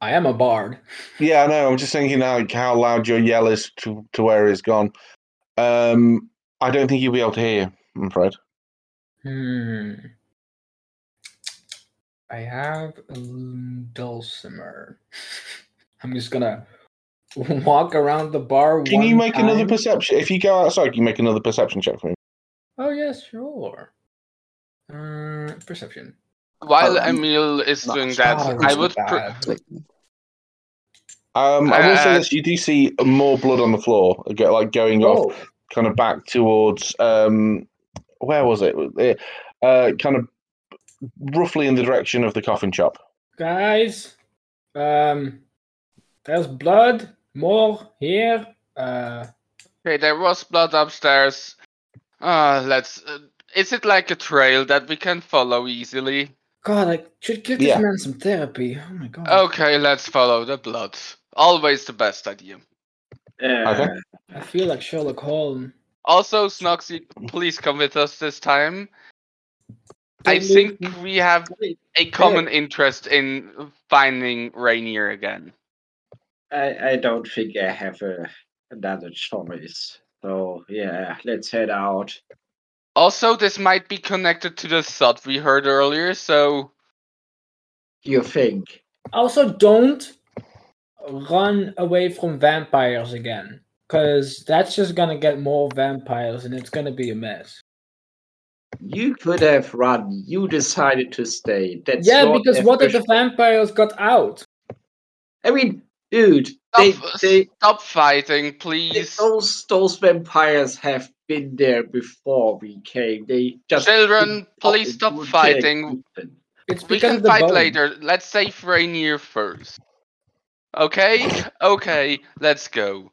[SPEAKER 4] I am a bard.
[SPEAKER 2] Yeah, I know. I'm just thinking how how loud your yell is to to where he's gone. Um, I don't think you'll be able to hear. I'm afraid.
[SPEAKER 4] Hmm. I have a l- dulcimer. [LAUGHS] I'm just gonna [LAUGHS] walk around the bar.
[SPEAKER 2] Can you
[SPEAKER 4] one
[SPEAKER 2] make another
[SPEAKER 4] time.
[SPEAKER 2] perception? If you go outside, can you make another perception check for me?
[SPEAKER 4] Oh yeah, sure. Uh, perception.
[SPEAKER 7] While
[SPEAKER 3] Um,
[SPEAKER 7] Emil is
[SPEAKER 3] no,
[SPEAKER 7] doing
[SPEAKER 3] it's
[SPEAKER 7] that,
[SPEAKER 4] not
[SPEAKER 7] I
[SPEAKER 4] so
[SPEAKER 7] would. Pr-
[SPEAKER 4] bad.
[SPEAKER 3] Click.
[SPEAKER 2] Um, I will say
[SPEAKER 7] Uh,
[SPEAKER 2] this: you do see more blood on the floor, go- like going off,
[SPEAKER 4] Oh,
[SPEAKER 2] kind of back towards um, where was it? Uh, kind of roughly in the direction of the coffin shop.
[SPEAKER 4] guys, um, there's blood. More here. Uh,
[SPEAKER 7] okay, there was blood upstairs. Uh, let's. Uh, is it like a trail that we can follow easily?
[SPEAKER 4] God, I should give
[SPEAKER 2] Yeah.
[SPEAKER 4] this man some therapy. Oh my God.
[SPEAKER 7] Okay, let's follow the blood. Always the best idea.
[SPEAKER 6] Uh,
[SPEAKER 2] Okay.
[SPEAKER 4] I feel like Sherlock Holmes.
[SPEAKER 7] Also, Snoxy, please come with us this time. I
[SPEAKER 4] Don't
[SPEAKER 7] think
[SPEAKER 4] leave
[SPEAKER 7] we have
[SPEAKER 6] wait,
[SPEAKER 7] a common interest in finding Rainier again.
[SPEAKER 6] I, I don't think I have a, another choice. So yeah, let's head out.
[SPEAKER 7] Also, this might be connected to the thought we heard earlier, so
[SPEAKER 6] You think?
[SPEAKER 4] Also, don't run away from vampires again, because that's just gonna get more vampires, and it's gonna be a mess.
[SPEAKER 6] You could have run. You decided to stay. That's
[SPEAKER 4] yeah,
[SPEAKER 6] not
[SPEAKER 4] because what if the
[SPEAKER 6] efficient.
[SPEAKER 4] vampires got out?
[SPEAKER 6] I mean, dude, they,
[SPEAKER 7] stop,
[SPEAKER 6] they,
[SPEAKER 7] stop fighting,
[SPEAKER 6] they
[SPEAKER 7] please.
[SPEAKER 6] those those vampires have been there before we came. They just
[SPEAKER 7] Children,
[SPEAKER 6] didn't stop
[SPEAKER 7] please stop
[SPEAKER 6] until they
[SPEAKER 7] fighting.
[SPEAKER 6] opened.
[SPEAKER 4] It's
[SPEAKER 7] We
[SPEAKER 4] because
[SPEAKER 7] can
[SPEAKER 4] of the
[SPEAKER 7] fight
[SPEAKER 4] bone.
[SPEAKER 7] later. Let's save Rainier first. Okay? Okay, let's go.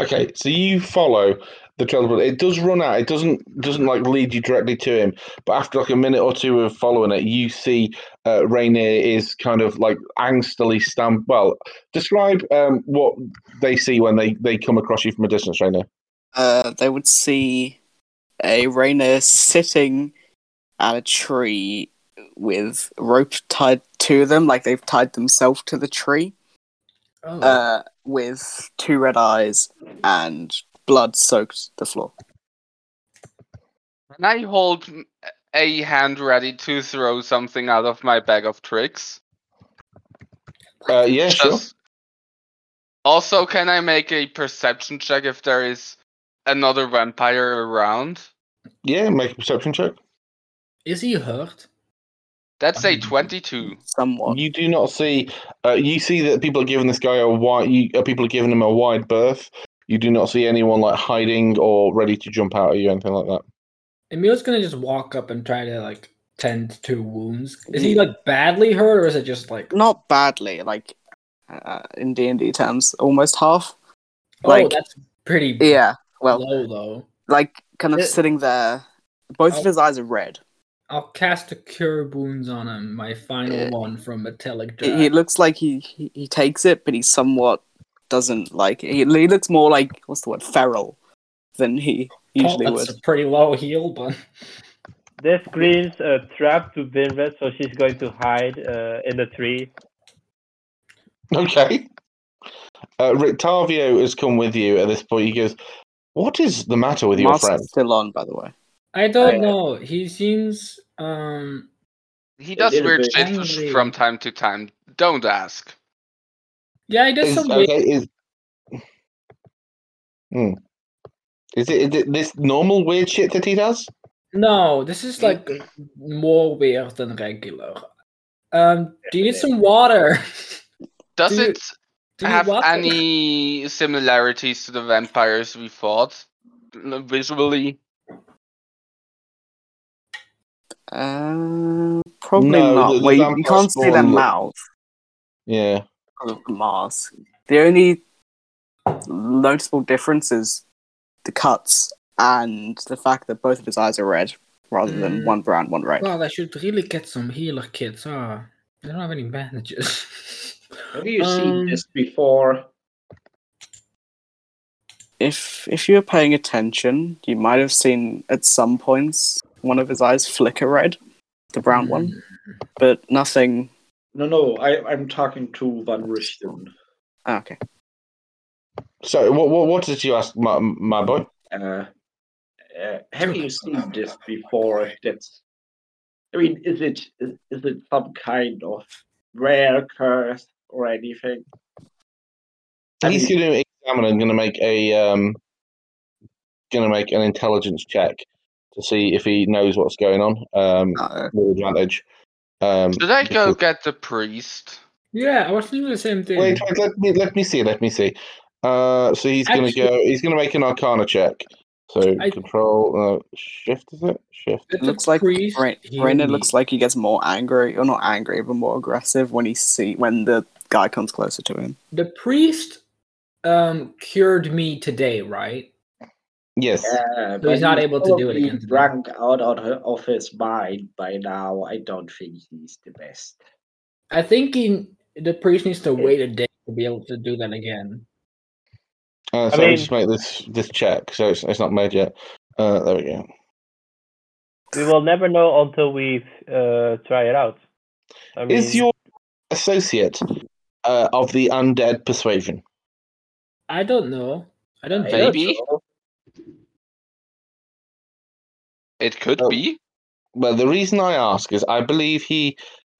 [SPEAKER 2] Okay, so you follow the trail, but it does run out. It doesn't doesn't like lead you directly to him. But after like a minute or two of following it, you see uh, Rainier is kind of like angstily stamp. Well, describe um, what they see when they they come across you from a distance, Rainier.
[SPEAKER 3] Uh, they would see a Rainer sitting at a tree with rope tied to them, like they've tied themselves to the tree,
[SPEAKER 4] Oh.
[SPEAKER 3] uh, with two red eyes and blood soaked the floor.
[SPEAKER 7] Can I hold m- a hand ready to throw something out of my bag of tricks?
[SPEAKER 2] Uh, yeah, sure.
[SPEAKER 7] Just- Also, can I make a perception check if there is another vampire around?
[SPEAKER 2] Yeah, make a perception check.
[SPEAKER 4] Is he hurt?
[SPEAKER 7] That's a
[SPEAKER 4] Mm.
[SPEAKER 7] 22.
[SPEAKER 3] Somewhat.
[SPEAKER 2] You do not see. Uh, you see that people are giving this guy a wide. You, uh, people are giving him a wide berth. You do not see anyone like hiding or ready to jump out at you, anything like that.
[SPEAKER 4] Emil's gonna just walk up and try to like tend to wounds. Is he like badly hurt, or is it just like oh,
[SPEAKER 3] Not badly, like uh, in D and D terms, almost half.
[SPEAKER 4] oh,
[SPEAKER 3] Like-
[SPEAKER 4] that's pretty
[SPEAKER 3] Yeah. Well,
[SPEAKER 4] low though.
[SPEAKER 3] like kind of
[SPEAKER 4] Yeah.
[SPEAKER 3] sitting there. Both
[SPEAKER 4] Oh.
[SPEAKER 3] of his eyes are red.
[SPEAKER 4] I'll cast a cure wounds on him. My final
[SPEAKER 3] Yeah.
[SPEAKER 4] one from metallic
[SPEAKER 3] He-
[SPEAKER 4] draft.
[SPEAKER 3] He looks like he, he he takes it, but he somewhat doesn't like. He, he looks more like what's the word feral than he usually
[SPEAKER 4] that's
[SPEAKER 3] would.
[SPEAKER 4] a pretty low heal, but [LAUGHS]
[SPEAKER 5] This screams a trap to Vinred, so she's going to hide uh, in the tree.
[SPEAKER 2] Okay. Uh, Rick Tavio has come with you at this point. He goes, "What is the matter with your
[SPEAKER 3] Mask's
[SPEAKER 2] friend?"
[SPEAKER 3] still on, by the way.
[SPEAKER 4] I don't
[SPEAKER 6] Uh,
[SPEAKER 4] know. He seems um
[SPEAKER 7] He does
[SPEAKER 6] little
[SPEAKER 7] weird
[SPEAKER 6] bit
[SPEAKER 7] shit
[SPEAKER 4] angry.
[SPEAKER 7] from time to time. Don't ask.
[SPEAKER 4] yeah, he does
[SPEAKER 2] Is
[SPEAKER 4] some weird.
[SPEAKER 2] okay? Is Hmm. is it, is it this normal weird shit that he does?
[SPEAKER 4] No, this is like more weird than regular. Um, do you need some water? [LAUGHS]
[SPEAKER 7] Does
[SPEAKER 4] Do you-
[SPEAKER 7] it
[SPEAKER 4] Do you
[SPEAKER 7] have
[SPEAKER 4] want to-
[SPEAKER 7] any similarities to the vampires we fought L- visually?
[SPEAKER 3] Uh, probably
[SPEAKER 2] No,
[SPEAKER 3] not.
[SPEAKER 2] the- the
[SPEAKER 3] Wait, you
[SPEAKER 2] vampire
[SPEAKER 3] can't see their
[SPEAKER 2] spawn look-
[SPEAKER 3] mouth
[SPEAKER 2] Yeah.
[SPEAKER 3] because of the mask. The only noticeable difference is the cuts and the fact that both of his eyes are red rather than
[SPEAKER 4] Mm.
[SPEAKER 3] one brown, one red.
[SPEAKER 4] God, I should really get some healer kits. Ah, I don't have any bandages.
[SPEAKER 6] Have you
[SPEAKER 4] Um,
[SPEAKER 6] seen this before?
[SPEAKER 3] If if you were paying attention, you might have seen at some points one of his eyes flicker red, the [LAUGHS] brown one, but nothing.
[SPEAKER 6] No, no, I, I'm talking to Van Richten.
[SPEAKER 3] ah, okay.
[SPEAKER 2] So what what what did you ask, my my boy?
[SPEAKER 6] Uh, uh, have you seen this before? That's, I mean, is it is, is it some kind of rare curse or anything? I
[SPEAKER 2] He's
[SPEAKER 6] mean-
[SPEAKER 2] going to examine and going to make a um, going to make an intelligence check to see if he knows what's going on. Um,
[SPEAKER 3] Uh,
[SPEAKER 2] with advantage. Um,
[SPEAKER 7] Should I go
[SPEAKER 2] because-
[SPEAKER 7] get the priest?
[SPEAKER 4] yeah, I was thinking the same thing.
[SPEAKER 2] Wait, wait, let me let me see. Let me see. Uh, so he's going to
[SPEAKER 4] Actually-
[SPEAKER 2] go. He's going to make an Arcana check. So
[SPEAKER 4] I-
[SPEAKER 2] control uh, shift is it shift?
[SPEAKER 4] Did the
[SPEAKER 3] looks like
[SPEAKER 4] priest
[SPEAKER 3] Rain,
[SPEAKER 4] heal
[SPEAKER 3] Rainer
[SPEAKER 4] me?
[SPEAKER 3] looks like he gets more angry, or not angry, but more aggressive when he see when the guy comes closer to him.
[SPEAKER 4] the priest um cured me today, right?
[SPEAKER 2] Yes.
[SPEAKER 6] Uh,
[SPEAKER 4] So he's
[SPEAKER 6] but
[SPEAKER 4] not able to do it
[SPEAKER 6] probably
[SPEAKER 4] again today.
[SPEAKER 6] Drunk out of, her- of his mind by now. I don't think he's the best.
[SPEAKER 4] I think he, the priest needs to wait a day to be able to do that again.
[SPEAKER 2] Uh,
[SPEAKER 5] I
[SPEAKER 2] so we
[SPEAKER 5] mean-
[SPEAKER 2] just make this this check. So it's it's not made yet. Uh, there we go.
[SPEAKER 5] We will never know until we uh, try it out. I mean,
[SPEAKER 2] Is your associate uh, of the undead persuasion?
[SPEAKER 4] I don't know. I don't
[SPEAKER 6] I
[SPEAKER 4] think.
[SPEAKER 6] don't
[SPEAKER 7] Maybe.
[SPEAKER 6] know.
[SPEAKER 7] It could
[SPEAKER 2] Oh.
[SPEAKER 7] be.
[SPEAKER 2] Well, the reason I ask is I believe he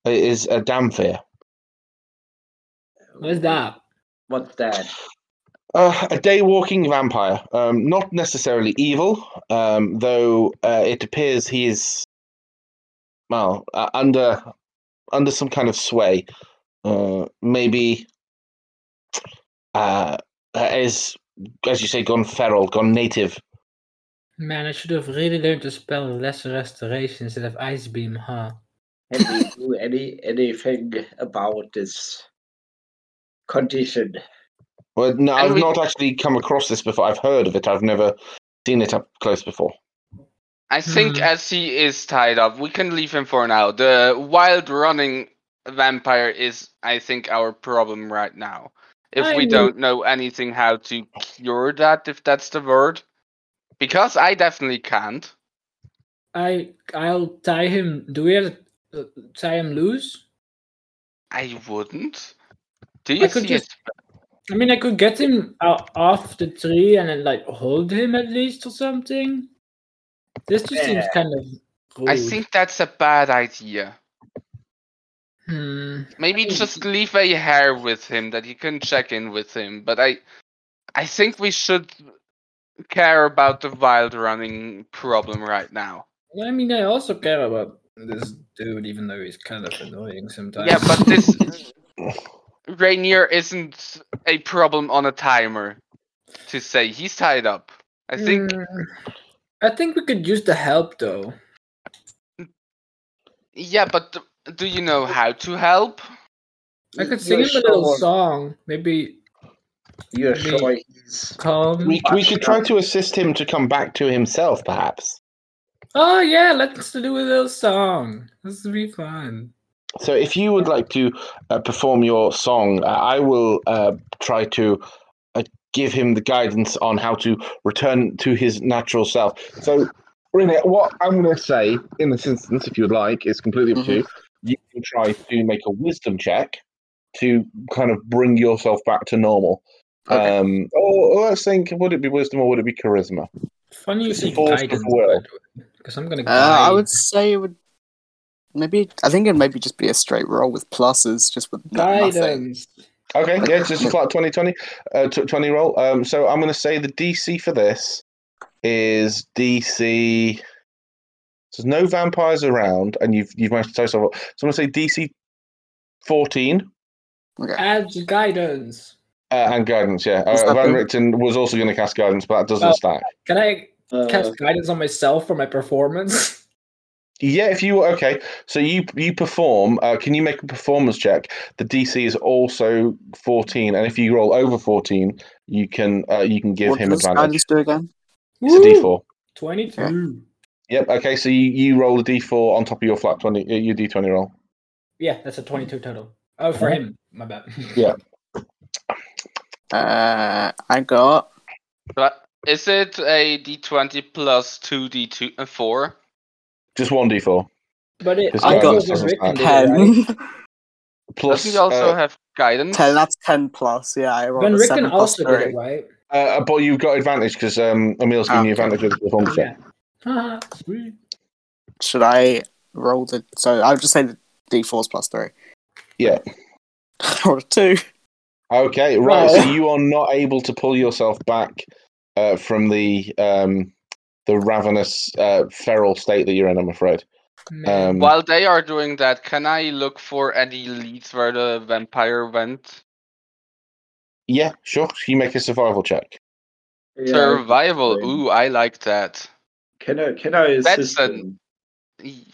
[SPEAKER 2] uh, is a Damphir.
[SPEAKER 4] What's that?
[SPEAKER 6] What's that?
[SPEAKER 2] Uh, a day walking vampire. Um, not necessarily evil, um, though uh, it appears he is, well, uh, under under some kind of sway. Uh, maybe uh, is, as you say, gone feral, gone native.
[SPEAKER 4] Man, I should have really learned to spell lesser restoration instead of ice beam, huh?
[SPEAKER 6] Can we
[SPEAKER 4] [LAUGHS]
[SPEAKER 6] do any anything about this condition?
[SPEAKER 2] Well, no,
[SPEAKER 7] And
[SPEAKER 2] I've
[SPEAKER 7] we-
[SPEAKER 2] not actually come across this before. I've heard of it. I've never seen it up close before.
[SPEAKER 7] I think
[SPEAKER 4] Hmm.
[SPEAKER 7] as he is tied up, we can leave him for now. The wild running vampire is, I think, our problem right now. If
[SPEAKER 4] I
[SPEAKER 7] we
[SPEAKER 4] mean-
[SPEAKER 7] don't know anything how to cure that, if that's the word, because I definitely can't.
[SPEAKER 4] I I'll tie him. Do we have to uh, tie him loose?
[SPEAKER 7] I wouldn't. Do
[SPEAKER 4] I
[SPEAKER 7] you
[SPEAKER 4] could
[SPEAKER 7] see
[SPEAKER 4] just-
[SPEAKER 7] it?
[SPEAKER 4] I mean, I could get him out off the tree and then like hold him at least or something. This just seems kind of. Rude.
[SPEAKER 7] I think that's a bad idea.
[SPEAKER 4] Hmm.
[SPEAKER 7] Maybe just leave a hair with him that you can check in with him. But I, I think we should care about the wild running problem right now.
[SPEAKER 4] I mean, I also care about this dude, even though he's kind of annoying sometimes.
[SPEAKER 7] Yeah, but
[SPEAKER 2] [LAUGHS]
[SPEAKER 7] this Rainier isn't a problem on a timer to say he's tied up. I think
[SPEAKER 4] Hmm. I think we could use the help though.
[SPEAKER 7] yeah, but d- do you know how to help?
[SPEAKER 4] I could
[SPEAKER 6] You're
[SPEAKER 4] sing him a little
[SPEAKER 6] Mm, sure-
[SPEAKER 4] song, maybe
[SPEAKER 6] You're
[SPEAKER 4] maybe-
[SPEAKER 6] sure he's
[SPEAKER 7] Mm.
[SPEAKER 4] calm.
[SPEAKER 2] We, we could try
[SPEAKER 6] Watchdog.
[SPEAKER 2] to assist him to come back to himself, perhaps.
[SPEAKER 4] Oh yeah, let's do a little song. This will be fun.
[SPEAKER 2] So, if you would like to uh, perform your song, uh, I will uh, try to uh, give him the guidance on how to return to his natural self. So, Rene, what I'm going to say in this instance, if you would like, is completely up to you. You can try to make a wisdom check to kind of bring yourself back to normal.
[SPEAKER 3] Okay.
[SPEAKER 2] Um, or, or let's think, would it be wisdom or would it be charisma?
[SPEAKER 4] Funny you
[SPEAKER 2] It's a
[SPEAKER 4] say
[SPEAKER 2] force of
[SPEAKER 4] guidance,
[SPEAKER 2] will.
[SPEAKER 4] because I'm gonna.
[SPEAKER 3] Uh, I
[SPEAKER 4] guide.
[SPEAKER 3] would say it would maybe. I think it maybe just be a straight roll with pluses, just with no, nothing.
[SPEAKER 4] guidance.
[SPEAKER 2] Okay, yeah, it's just like 20 20, uh, tw- 20 roll. Um, so I'm going to say the DC for this is DC. So there's no vampires around, and you've you've managed to tie yourself up. So I'm going to say DC 14.
[SPEAKER 3] Okay.
[SPEAKER 4] Add guidance.
[SPEAKER 2] Uh, and guidance, yeah.
[SPEAKER 3] Is
[SPEAKER 2] Uh,
[SPEAKER 3] that
[SPEAKER 2] Van
[SPEAKER 3] good?
[SPEAKER 2] Richten was also going to cast guidance, but that doesn't
[SPEAKER 4] Oh.
[SPEAKER 2] stack.
[SPEAKER 4] Can I
[SPEAKER 6] Uh,
[SPEAKER 4] cast guidance on myself for my performance? [LAUGHS]
[SPEAKER 2] Yeah, if you okay, so you you perform. Uh, can you make a performance check? The DC is also fourteen, and if you roll over fourteen, you can uh, you can give
[SPEAKER 3] what
[SPEAKER 2] him
[SPEAKER 3] does
[SPEAKER 2] advantage.
[SPEAKER 3] guidance do again?
[SPEAKER 2] It's a D four.
[SPEAKER 4] 22.
[SPEAKER 2] Yep. Okay, so you, you roll a D four on top of your flat twenty. uh, Your D twenty roll.
[SPEAKER 4] Yeah, that's a 22 total. Oh, for
[SPEAKER 6] Uh-huh.
[SPEAKER 4] him. My bad.
[SPEAKER 2] Yeah.
[SPEAKER 3] Uh, I got
[SPEAKER 7] But is it a d20 plus 2d2 and 4?
[SPEAKER 2] Just one D four
[SPEAKER 4] [LAUGHS] But it,
[SPEAKER 2] This
[SPEAKER 4] I
[SPEAKER 3] guy
[SPEAKER 4] got
[SPEAKER 3] doesn't
[SPEAKER 4] written
[SPEAKER 2] stack.
[SPEAKER 4] there, right?
[SPEAKER 6] [LAUGHS]
[SPEAKER 3] ten. [LAUGHS]
[SPEAKER 2] plus.
[SPEAKER 7] Doesn't he also
[SPEAKER 2] uh,
[SPEAKER 7] have guidance?
[SPEAKER 3] ten. That's ten plus. Yeah, I rolled
[SPEAKER 4] Van
[SPEAKER 3] a
[SPEAKER 4] Richten
[SPEAKER 3] seven plus
[SPEAKER 4] also did it,
[SPEAKER 3] three.
[SPEAKER 4] right? [LAUGHS]
[SPEAKER 2] uh, but you've got advantage because um, Emil's giving you
[SPEAKER 3] Okay.
[SPEAKER 2] advantage with the performance check.
[SPEAKER 4] Yeah.
[SPEAKER 6] Uh,
[SPEAKER 4] Haha, sweet.
[SPEAKER 3] Should I roll the? So I'll just say the D four's plus three.
[SPEAKER 2] Yeah.
[SPEAKER 3] [LAUGHS] or two.
[SPEAKER 2] Okay, right. So
[SPEAKER 3] Wow.
[SPEAKER 2] you are not able to pull yourself back uh, from the um, the ravenous uh, feral state that you're in. I'm afraid.
[SPEAKER 4] Man.
[SPEAKER 2] Um,
[SPEAKER 7] While they are doing that, can I look for any leads where the vampire went?
[SPEAKER 2] yeah, sure. You make a survival check.
[SPEAKER 6] yeah,
[SPEAKER 7] Survival.
[SPEAKER 6] thing.
[SPEAKER 7] Ooh, I like that.
[SPEAKER 6] Can I can I
[SPEAKER 7] That's
[SPEAKER 6] assist
[SPEAKER 7] an-
[SPEAKER 6] them?
[SPEAKER 7] Yes,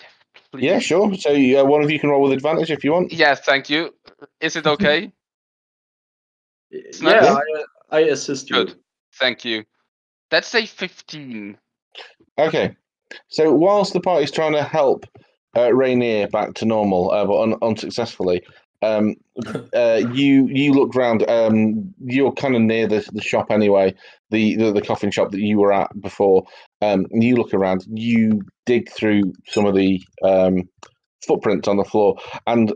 [SPEAKER 2] Yeah,
[SPEAKER 7] please.
[SPEAKER 2] sure. So uh, one of you can roll with advantage if you want.
[SPEAKER 7] Yes, thank you.
[SPEAKER 2] [LAUGHS]
[SPEAKER 7] Is it okay? not-
[SPEAKER 6] Yeah, I, I assist you.
[SPEAKER 7] Good. Thank you. That's a 15.
[SPEAKER 2] Okay. So whilst the party's trying to help uh, Rainier back to normal, uh, but un- unsuccessfully, um, uh, you you look round. Um, you're kind of near the, the shop anyway, the, the the coffin shop that you were at before. Um, and you look around. You dig through some of the um, footprints on the floor, and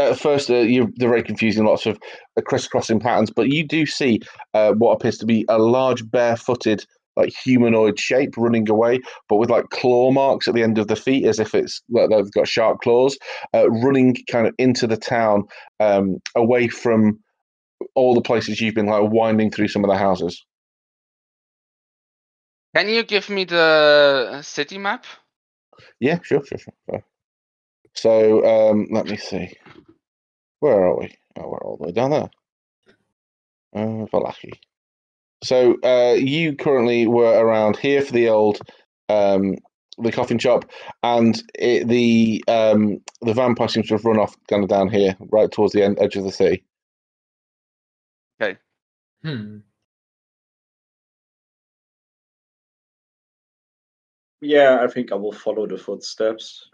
[SPEAKER 2] at first uh, you're they're very confusing, lots of uh, crisscrossing patterns. But you do see uh, what appears to be a large barefooted, like humanoid shape running away, but with like claw marks at the end of the feet, as if it's like they've got sharp claws, uh, running kind of into the town, um, away from all the places you've been, like winding through some of the houses.
[SPEAKER 7] Can you give me the city map?
[SPEAKER 2] Yeah, sure, sure, sure. sure. So um, let me see. Where are we? Oh, we're all the way down there. Uh, Valaki. So uh, you currently were around here for the old um, the coffin shop, and it, the um, the vampire seems to have run off kind of down here, right towards the end, edge of the sea.
[SPEAKER 4] Hmm.
[SPEAKER 6] Yeah, I think I will follow the footsteps.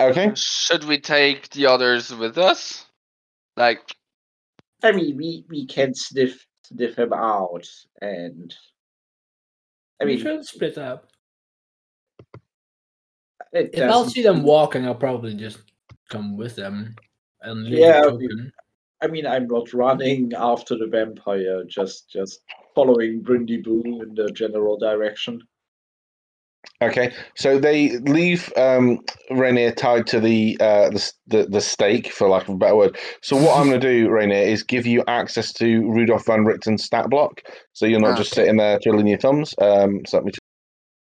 [SPEAKER 2] Okay.
[SPEAKER 7] Should we take the others with us? Like,
[SPEAKER 6] I mean, we we can sniff sniff him out, and I
[SPEAKER 4] we
[SPEAKER 6] mean,
[SPEAKER 4] should split up.
[SPEAKER 6] it
[SPEAKER 4] If I'll
[SPEAKER 6] doesn't-
[SPEAKER 4] see them walking, I'll probably just come with them and leave
[SPEAKER 6] Yeah,
[SPEAKER 4] the
[SPEAKER 6] we-
[SPEAKER 4] token.
[SPEAKER 6] I mean, I'm not running after the vampire, just just following Brindy Boo in the general direction.
[SPEAKER 2] Okay, so they leave um, Rainier tied to the, uh, the s- the the stake, for lack of a better word. So what I'm going to do, Rainier, is give you access to Rudolf van Richten's stat block, so you're not
[SPEAKER 3] Ah,
[SPEAKER 2] just
[SPEAKER 3] okay.
[SPEAKER 2] sitting there twiddling your thumbs. Um, so let me just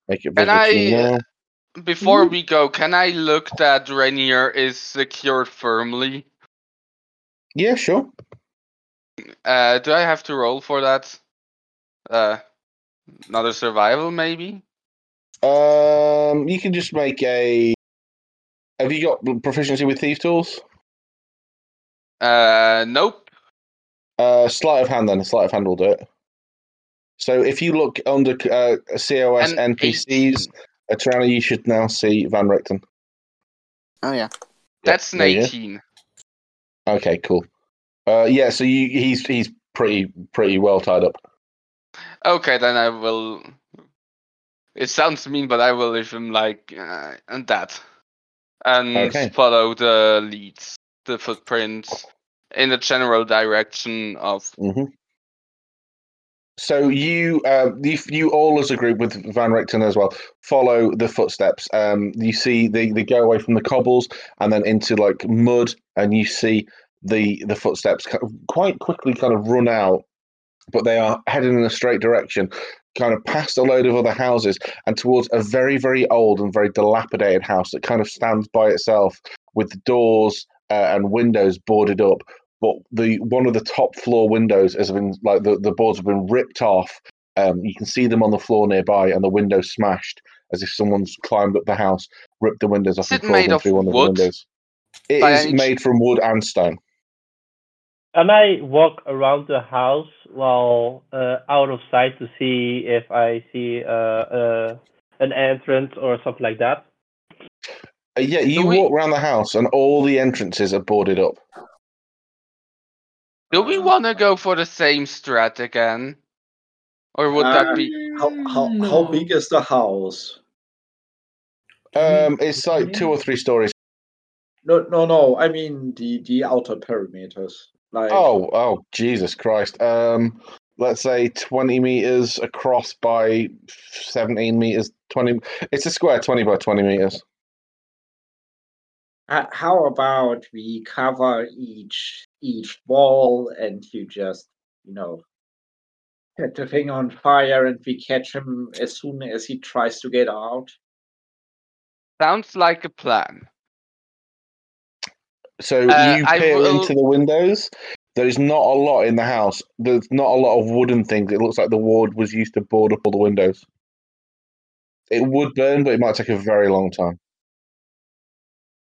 [SPEAKER 2] make it
[SPEAKER 7] Can
[SPEAKER 2] visible to you
[SPEAKER 7] I, uh,
[SPEAKER 2] now. Mm-hmm.
[SPEAKER 7] before we go, can I look that Rainier is secured firmly?
[SPEAKER 2] Yeah, sure.
[SPEAKER 7] Uh, do I have to roll for that? Uh, another survival, maybe?
[SPEAKER 2] Um, you can just make a. Have you got proficiency with thieves tools?
[SPEAKER 7] Uh, nope.
[SPEAKER 2] Uh, sleight of hand then. Sleight of hand will do it. So if you look under uh, COS
[SPEAKER 7] An
[SPEAKER 2] NPCs,
[SPEAKER 7] 18.
[SPEAKER 2] uh, Tirana, you should now see Van Richten.
[SPEAKER 3] Oh yeah.
[SPEAKER 2] Yeah,
[SPEAKER 7] That's an
[SPEAKER 2] there you go.
[SPEAKER 7] 18.
[SPEAKER 2] Okay, cool. Uh, yeah, so you, he's he's pretty pretty well tied up.
[SPEAKER 7] Okay, then I will. It sounds mean, but I will leave him like uh, and that, and
[SPEAKER 2] Okay.
[SPEAKER 7] follow the leads, the footprints in the general direction of.
[SPEAKER 2] hmm So you, uh, you you all as a group with Van Richten as well follow the footsteps. Um, you see they they go away from the cobbles and then into like mud, and you see the the footsteps ki- quite quickly kind of run out, but they are heading in a straight direction, kind of past a load of other houses and towards a very very old and very dilapidated house that kind of stands by itself with the doors uh, and windows boarded up but the one of the top floor windows has been like the, the boards have been ripped off. Um, you can see them on the floor nearby, and the window smashed as if someone's climbed up the house, ripped the windows off,
[SPEAKER 7] Is
[SPEAKER 2] and
[SPEAKER 7] it made
[SPEAKER 2] crawled in
[SPEAKER 7] of
[SPEAKER 2] through one of the
[SPEAKER 7] wood?
[SPEAKER 2] windows. It
[SPEAKER 7] By
[SPEAKER 2] is
[SPEAKER 7] any ch-
[SPEAKER 2] made from wood and stone.
[SPEAKER 5] And I walk around the house while uh, out of sight to see if I see uh, uh, an entrance or something like that.
[SPEAKER 2] Uh, yeah, you
[SPEAKER 7] Do we-
[SPEAKER 2] walk around the house, and all the entrances are boarded up.
[SPEAKER 7] Do
[SPEAKER 2] Uh,
[SPEAKER 7] we want to go for the same strat again? Or would that
[SPEAKER 4] um,
[SPEAKER 7] be.
[SPEAKER 6] How, how, how
[SPEAKER 4] Mm, No.
[SPEAKER 6] big is the house?
[SPEAKER 7] Mm-hmm.
[SPEAKER 2] Um, it's like two or three stories.
[SPEAKER 6] No, no, no. I mean the the outer perimeters. Like
[SPEAKER 2] Oh, oh, Jesus Christ! Um, let's say twenty meters across by seventeen meters. Twenty. It's a square twenty by twenty meters.
[SPEAKER 6] h- how about we cover each each wall and you just you know set the thing on fire and we catch him as soon as he tries to get out.
[SPEAKER 7] Sounds like a plan.
[SPEAKER 2] So
[SPEAKER 7] Uh,
[SPEAKER 2] you
[SPEAKER 7] I
[SPEAKER 2] peer
[SPEAKER 7] will-
[SPEAKER 2] into the windows. There's not a lot in the house. There's not a lot of wooden things. It looks like the ward was used to board up all the windows. It would burn, but it might take a very long time.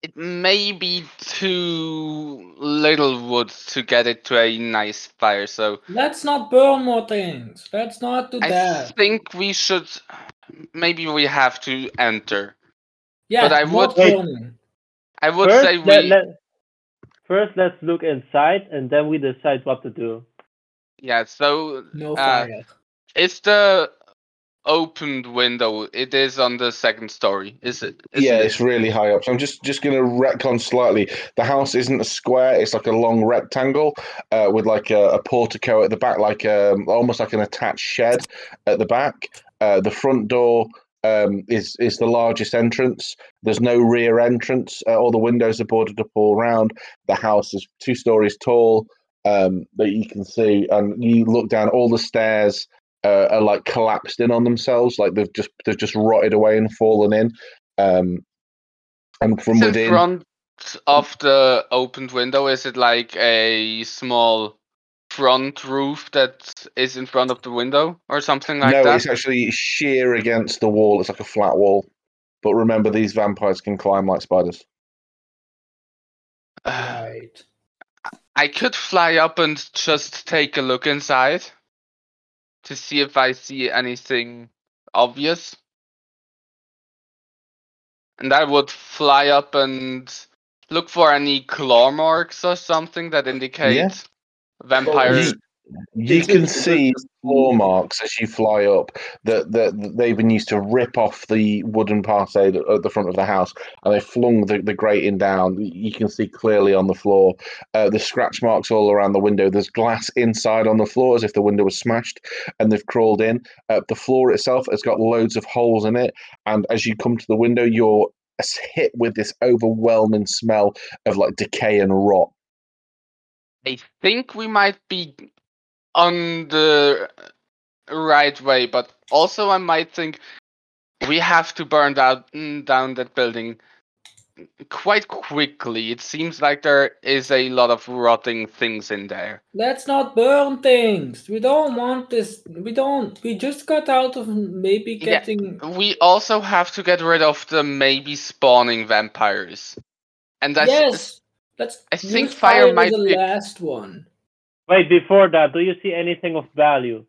[SPEAKER 7] It may be too little wood to get it to a nice fire, so
[SPEAKER 4] Let's not burn more things. Let's not do
[SPEAKER 7] I
[SPEAKER 4] that.
[SPEAKER 7] think we should. Maybe we have to enter.
[SPEAKER 4] yeah,
[SPEAKER 7] but I
[SPEAKER 4] not
[SPEAKER 7] would-
[SPEAKER 4] burning.
[SPEAKER 7] I would
[SPEAKER 5] first,
[SPEAKER 7] say
[SPEAKER 5] let,
[SPEAKER 7] we.
[SPEAKER 5] let, first, let's look inside and then we decide what to do.
[SPEAKER 7] Yeah, so
[SPEAKER 4] No
[SPEAKER 7] uh,
[SPEAKER 4] fire.
[SPEAKER 7] it's the opened window. It is on the second story, is it? isn't
[SPEAKER 2] yeah,
[SPEAKER 7] it?
[SPEAKER 2] it's really high up. So I'm just just gonna retcon slightly. The house isn't a square; it's like a long rectangle uh, with like a, a portico at the back, like um, almost like an attached shed at the back. Uh, the front door um, is is the largest entrance. There's no rear entrance. Uh, all the windows are boarded up all round. The house is two stories tall um, that you can see, and you look down all the stairs. Uh, are like collapsed in on themselves, like they've just they've just rotted away and fallen in um, and from
[SPEAKER 7] It's
[SPEAKER 2] within.
[SPEAKER 7] in front of the opened window. Is it like a small front roof that is in front of the window or something like
[SPEAKER 2] no,
[SPEAKER 7] that? [SIGHS]
[SPEAKER 2] it's actually sheer against the wall. It's like a flat wall. But remember, these vampires can climb like spiders.
[SPEAKER 7] uh,
[SPEAKER 4] Right.
[SPEAKER 7] I could fly up and just take a look inside to see if I see anything obvious. And I would fly up and look for any claw marks or something that indicate vampire.
[SPEAKER 2] You, you
[SPEAKER 6] Is it-
[SPEAKER 2] can
[SPEAKER 6] is it
[SPEAKER 2] see
[SPEAKER 6] just
[SPEAKER 2] claw
[SPEAKER 6] the-
[SPEAKER 2] marks as you fly up that, that, that they've been used to rip off the wooden parkade at the front of the house and they flung the, the grating down. You can see clearly on the floor uh, the scratch marks all around the window. There's glass inside on the floor as if the window was smashed and they've crawled in. Uh, the floor itself has got loads of holes in it. And as you come to the window, you're s- hit with this overwhelming smell of like decay and rot.
[SPEAKER 7] I think we might be on the right way, but also I might think we have to burn down mm, down that building quite quickly. It seems like there is a lot of rotting things in there.
[SPEAKER 4] Let's not burn things. We don't want this. We don't. We just got out of maybe
[SPEAKER 7] Yeah.
[SPEAKER 4] getting.
[SPEAKER 7] We also have to get rid of the maybe spawning vampires, and I th-
[SPEAKER 4] yes. Let's.
[SPEAKER 7] I think
[SPEAKER 4] use
[SPEAKER 7] fire
[SPEAKER 4] fire
[SPEAKER 7] might
[SPEAKER 4] is the
[SPEAKER 7] be-
[SPEAKER 4] last one.
[SPEAKER 5] Wait, before that, do you see anything of value?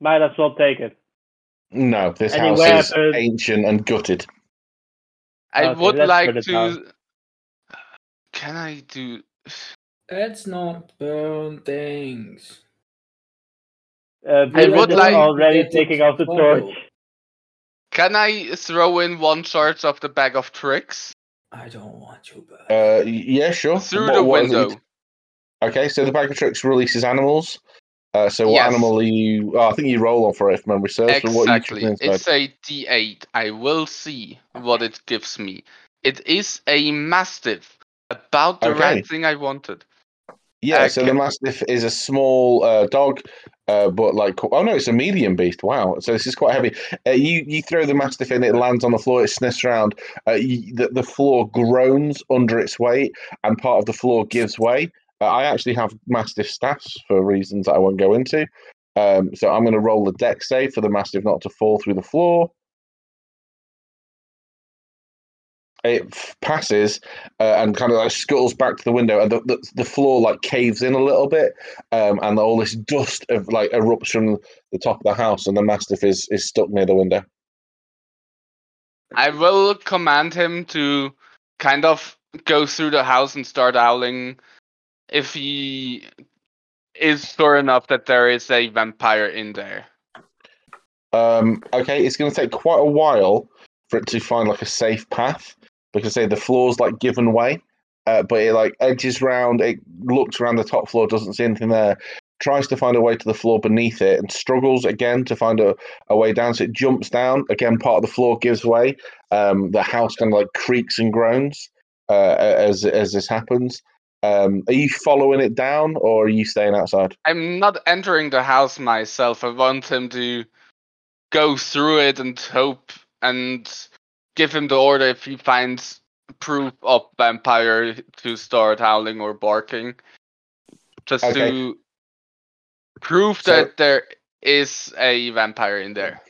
[SPEAKER 5] Might as well take it.
[SPEAKER 2] No, this
[SPEAKER 5] Any
[SPEAKER 2] house is
[SPEAKER 5] weapons?
[SPEAKER 2] ancient and gutted.
[SPEAKER 7] I
[SPEAKER 5] Okay,
[SPEAKER 7] would
[SPEAKER 5] let's
[SPEAKER 7] like
[SPEAKER 5] burn it
[SPEAKER 7] to.
[SPEAKER 5] down.
[SPEAKER 7] Can I do?
[SPEAKER 4] Let's not burn things.
[SPEAKER 5] Uh,
[SPEAKER 4] I
[SPEAKER 5] Bjorn
[SPEAKER 7] would
[SPEAKER 5] is
[SPEAKER 7] like-
[SPEAKER 5] already
[SPEAKER 4] Get it
[SPEAKER 5] taking out the
[SPEAKER 4] tomorrow.
[SPEAKER 5] torch.
[SPEAKER 7] Can I throw in one charge of the bag of tricks
[SPEAKER 4] I don't want you back.
[SPEAKER 2] Uh, y- yeah, sure.
[SPEAKER 7] through
[SPEAKER 2] What-
[SPEAKER 7] the
[SPEAKER 2] what is it you-
[SPEAKER 7] window?
[SPEAKER 2] okay, so the bag of tricks releases animals. Uh, so what
[SPEAKER 7] Yes.
[SPEAKER 2] animal are you? Oh, I think you roll on for it if memory serves. So what are you
[SPEAKER 7] Exactly.
[SPEAKER 2] tricking instead?
[SPEAKER 7] It's a D8. I will see what it gives me. It is a mastiff. About the
[SPEAKER 2] Okay.
[SPEAKER 7] right thing I wanted.
[SPEAKER 2] Yeah, so the
[SPEAKER 7] okay.
[SPEAKER 2] mastiff is a small uh, dog, uh, but like oh no, it's a medium beast. Wow, so this is quite heavy. Uh, you you throw the mastiff in, it lands on the floor, it sniffs around. Uh, you, the, the floor groans under its weight, and part of the floor gives way. Uh, I actually have mastiff staffs for reasons that I won't go into. Um, so I'm going to roll the deck save for the mastiff not to fall through the floor. It f- passes uh, and kind of like scuttles back to the window, and the, the, the floor like caves in a little bit, um, and all this dust of like erupts from the top of the house, and the mastiff is is stuck near the window.
[SPEAKER 7] I will command him to kind of go through the house and start howling if he is sure enough that there is a vampire in there.
[SPEAKER 2] Um, okay, it's going to take quite a while for it to find like a safe path because say the floor's like given way, uh, but it like edges round. It looks around the top floor, doesn't see anything there. Tries to find a way to the floor beneath it and struggles again to find a, a way down. So it jumps down again. Part of the floor gives way. Um, the house kind of like creaks and groans uh, as as this happens. Um, are you following it down or are you staying outside?
[SPEAKER 7] I'm not entering the house myself. I want him to go through it and hope and give him the order if he finds proof of vampire to start howling or barking. Just
[SPEAKER 2] Okay.
[SPEAKER 7] to prove
[SPEAKER 2] So-
[SPEAKER 7] that there is a vampire in there.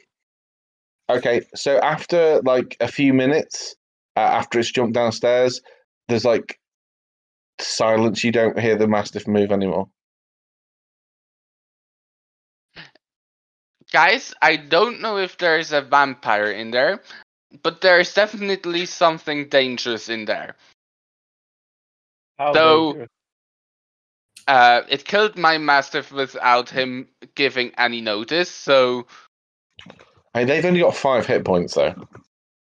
[SPEAKER 2] Okay, so after like a few minutes, uh, after it's jumped downstairs, there's like silence. You don't hear the mastiff move anymore.
[SPEAKER 7] Guys, I don't know if there is a vampire in there, but there is definitely something dangerous in there.
[SPEAKER 5] How
[SPEAKER 7] So-
[SPEAKER 5] dangerous.
[SPEAKER 7] Uh, it killed my mastiff without him giving any notice, so
[SPEAKER 2] Hey, they've only got five hit points though.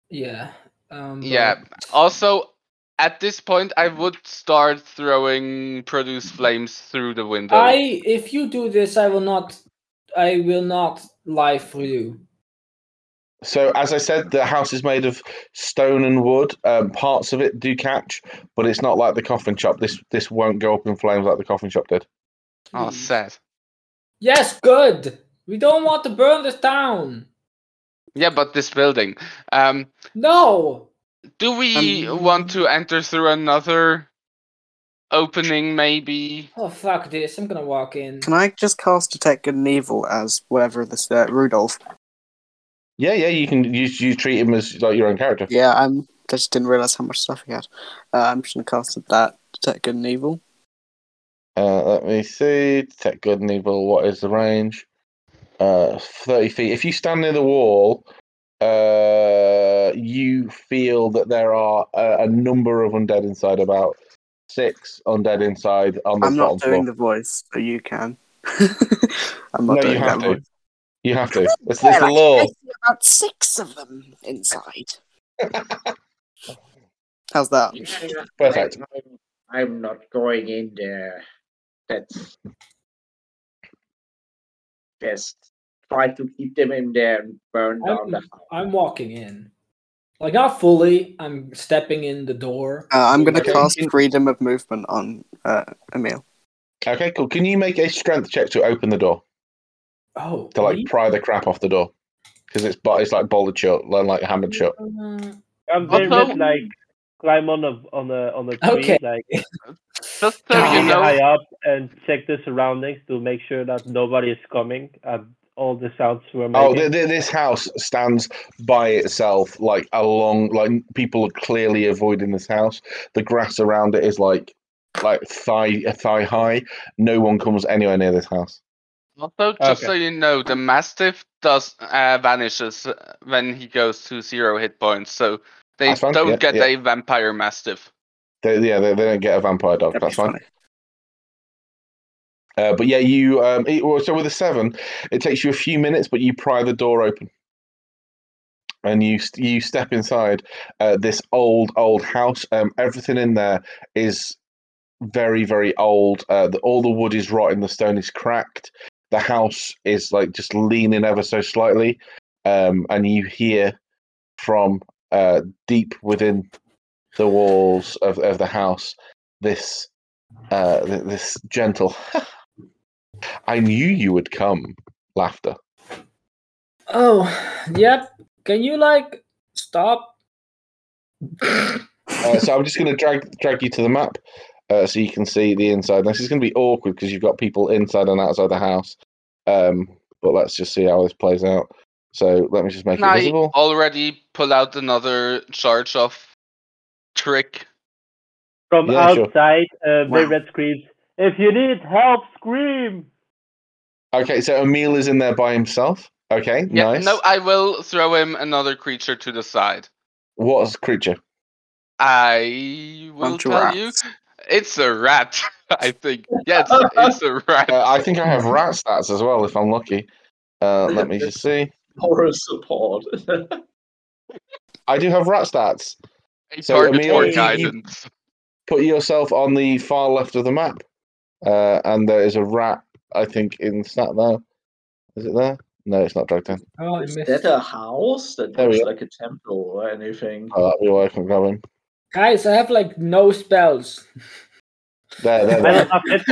[SPEAKER 4] Yeah. Um,
[SPEAKER 7] Yeah,
[SPEAKER 4] but-
[SPEAKER 7] also at this point I would start throwing produce flames through the window.
[SPEAKER 4] I if you do this, I will not. I will not lie for you.
[SPEAKER 2] So as I said, the house is made of stone and wood. Um, parts of it do catch, but it's not like the coffin shop. This this won't go up in flames like the coffin shop did.
[SPEAKER 7] Oh sad.
[SPEAKER 4] Mm. Yes, good. We don't want to burn this down.
[SPEAKER 7] Yeah, but this building. Um
[SPEAKER 4] No.
[SPEAKER 7] do we want to enter through another opening maybe?
[SPEAKER 4] Oh fuck this! I'm gonna walk in.
[SPEAKER 3] Can I just cast Detect Good and Evil as whatever this uh, Rudolph?
[SPEAKER 2] Yeah, yeah, you can you you treat him as like your own character.
[SPEAKER 3] Yeah, I'm. I just didn't realize how much stuff he had. Uh, I'm just gonna cast that Detect Good and Evil.
[SPEAKER 2] Uh, let me see. Detect good and evil. What is the range? Uh, thirty feet. If you stand near the wall, uh, you feel that there are a, a number of undead inside. About six undead inside on the bottom
[SPEAKER 3] I'm not doing
[SPEAKER 2] floor.
[SPEAKER 3] the voice, so you can. [LAUGHS] I'm
[SPEAKER 2] No,
[SPEAKER 3] not
[SPEAKER 2] you
[SPEAKER 3] doing
[SPEAKER 2] have
[SPEAKER 3] that
[SPEAKER 2] to.
[SPEAKER 3] voice.
[SPEAKER 2] You have
[SPEAKER 3] [LAUGHS]
[SPEAKER 2] to. It's, it's the
[SPEAKER 3] Well, I
[SPEAKER 2] law.
[SPEAKER 3] see about six of them inside. How's that?
[SPEAKER 2] Perfect.
[SPEAKER 6] I'm, I'm not going in there. That's just try to keep them in there and burn down the
[SPEAKER 4] I'm,
[SPEAKER 6] house.
[SPEAKER 4] I'm walking in. Like not fully. I'm stepping in the door.
[SPEAKER 3] Uh, I'm gonna
[SPEAKER 2] Okay.
[SPEAKER 3] cast Freedom of Movement on uh, Emil.
[SPEAKER 2] Okay, cool. Can you make a strength check to open the door
[SPEAKER 4] Oh.
[SPEAKER 2] to like
[SPEAKER 4] me?
[SPEAKER 2] pry the crap off the door? Because it's bo- it's like bolted shut, like like hammered shut.
[SPEAKER 4] Uh,
[SPEAKER 5] I'm very
[SPEAKER 7] Also-
[SPEAKER 5] much like climb on a on a on a tree,
[SPEAKER 4] Okay.
[SPEAKER 5] like
[SPEAKER 7] Just so
[SPEAKER 4] Ah.
[SPEAKER 7] you
[SPEAKER 5] really
[SPEAKER 7] know
[SPEAKER 5] high up, and check the surroundings to make sure that nobody is coming at all the sounds we're making.
[SPEAKER 2] Oh, th- th- this house stands by itself, like along, like people are clearly avoiding this house. The grass around it is like, like thigh thigh high. No one comes anywhere near this house.
[SPEAKER 7] also just
[SPEAKER 5] Okay.
[SPEAKER 7] so you know the mastiff does uh, vanishes uh, when he goes to zero hit points, so they
[SPEAKER 2] That's fine,
[SPEAKER 7] don't
[SPEAKER 2] yeah,
[SPEAKER 7] get
[SPEAKER 2] yeah.
[SPEAKER 7] a vampire mastiff.
[SPEAKER 2] They, yeah, they, they don't get a vampire dog.
[SPEAKER 3] That'd be
[SPEAKER 2] That's fine.
[SPEAKER 3] funny.
[SPEAKER 2] Uh, but yeah, you. Um, it, well, so with a seven, it takes you a few minutes, but you pry the door open, and you st- you step inside uh, this old old house. Um, everything in there is very very old. Uh, the, all the wood is rotten. The stone is cracked. The house is like just leaning ever so slightly, um, and you hear from uh, deep within the walls of, of the house this uh, th- this gentle. I knew you would come. Laughter.
[SPEAKER 4] oh. Yep. Can you like stop? Oh,
[SPEAKER 2] Uh, so I'm just going to drag drag you to the map. uh, so you can see the inside. This is going to be awkward because you've got people inside and outside the house. Um, but let's just see how this plays out. So let me just make
[SPEAKER 7] Can
[SPEAKER 2] it
[SPEAKER 7] I
[SPEAKER 2] visible.
[SPEAKER 7] already pull out another charge of trick?
[SPEAKER 5] From
[SPEAKER 2] Yeah, sure.
[SPEAKER 5] outside, uh,
[SPEAKER 7] Wow.
[SPEAKER 5] Big Red screams, If you need help, scream!
[SPEAKER 2] Okay, so Emil is in there by himself. Okay,
[SPEAKER 7] Yeah,
[SPEAKER 2] nice.
[SPEAKER 7] no, I will throw him another creature to the side.
[SPEAKER 2] What's creature?
[SPEAKER 7] I will
[SPEAKER 3] Bunch of
[SPEAKER 7] tell you,
[SPEAKER 3] rats.
[SPEAKER 7] it's a rat. [LAUGHS] I think. Yes,
[SPEAKER 2] [LAUGHS]
[SPEAKER 7] it's a rat.
[SPEAKER 2] Uh, I think I have rat stats as well, if I'm lucky. Uh, let me just see.
[SPEAKER 8] [LAUGHS] Moral support.
[SPEAKER 2] I do have rat stats.
[SPEAKER 7] a
[SPEAKER 2] so,
[SPEAKER 7] target
[SPEAKER 2] Emil,
[SPEAKER 7] for
[SPEAKER 2] you- you-
[SPEAKER 7] guidance.
[SPEAKER 2] Put yourself on the far left of the map. Uh, and there is a rat, I think, in sat there. Is it there? No, it's not dragged down.
[SPEAKER 4] Oh, I
[SPEAKER 8] Is
[SPEAKER 4] missed.
[SPEAKER 8] that a house that
[SPEAKER 2] There we
[SPEAKER 8] looks
[SPEAKER 2] go.
[SPEAKER 8] like a temple or anything?
[SPEAKER 2] Oh, that'd be why I can grab him.
[SPEAKER 4] Guys, I have like no spells.
[SPEAKER 2] There, there,
[SPEAKER 5] I
[SPEAKER 2] there.
[SPEAKER 5] [LAUGHS] don't have hit
[SPEAKER 2] [LAUGHS]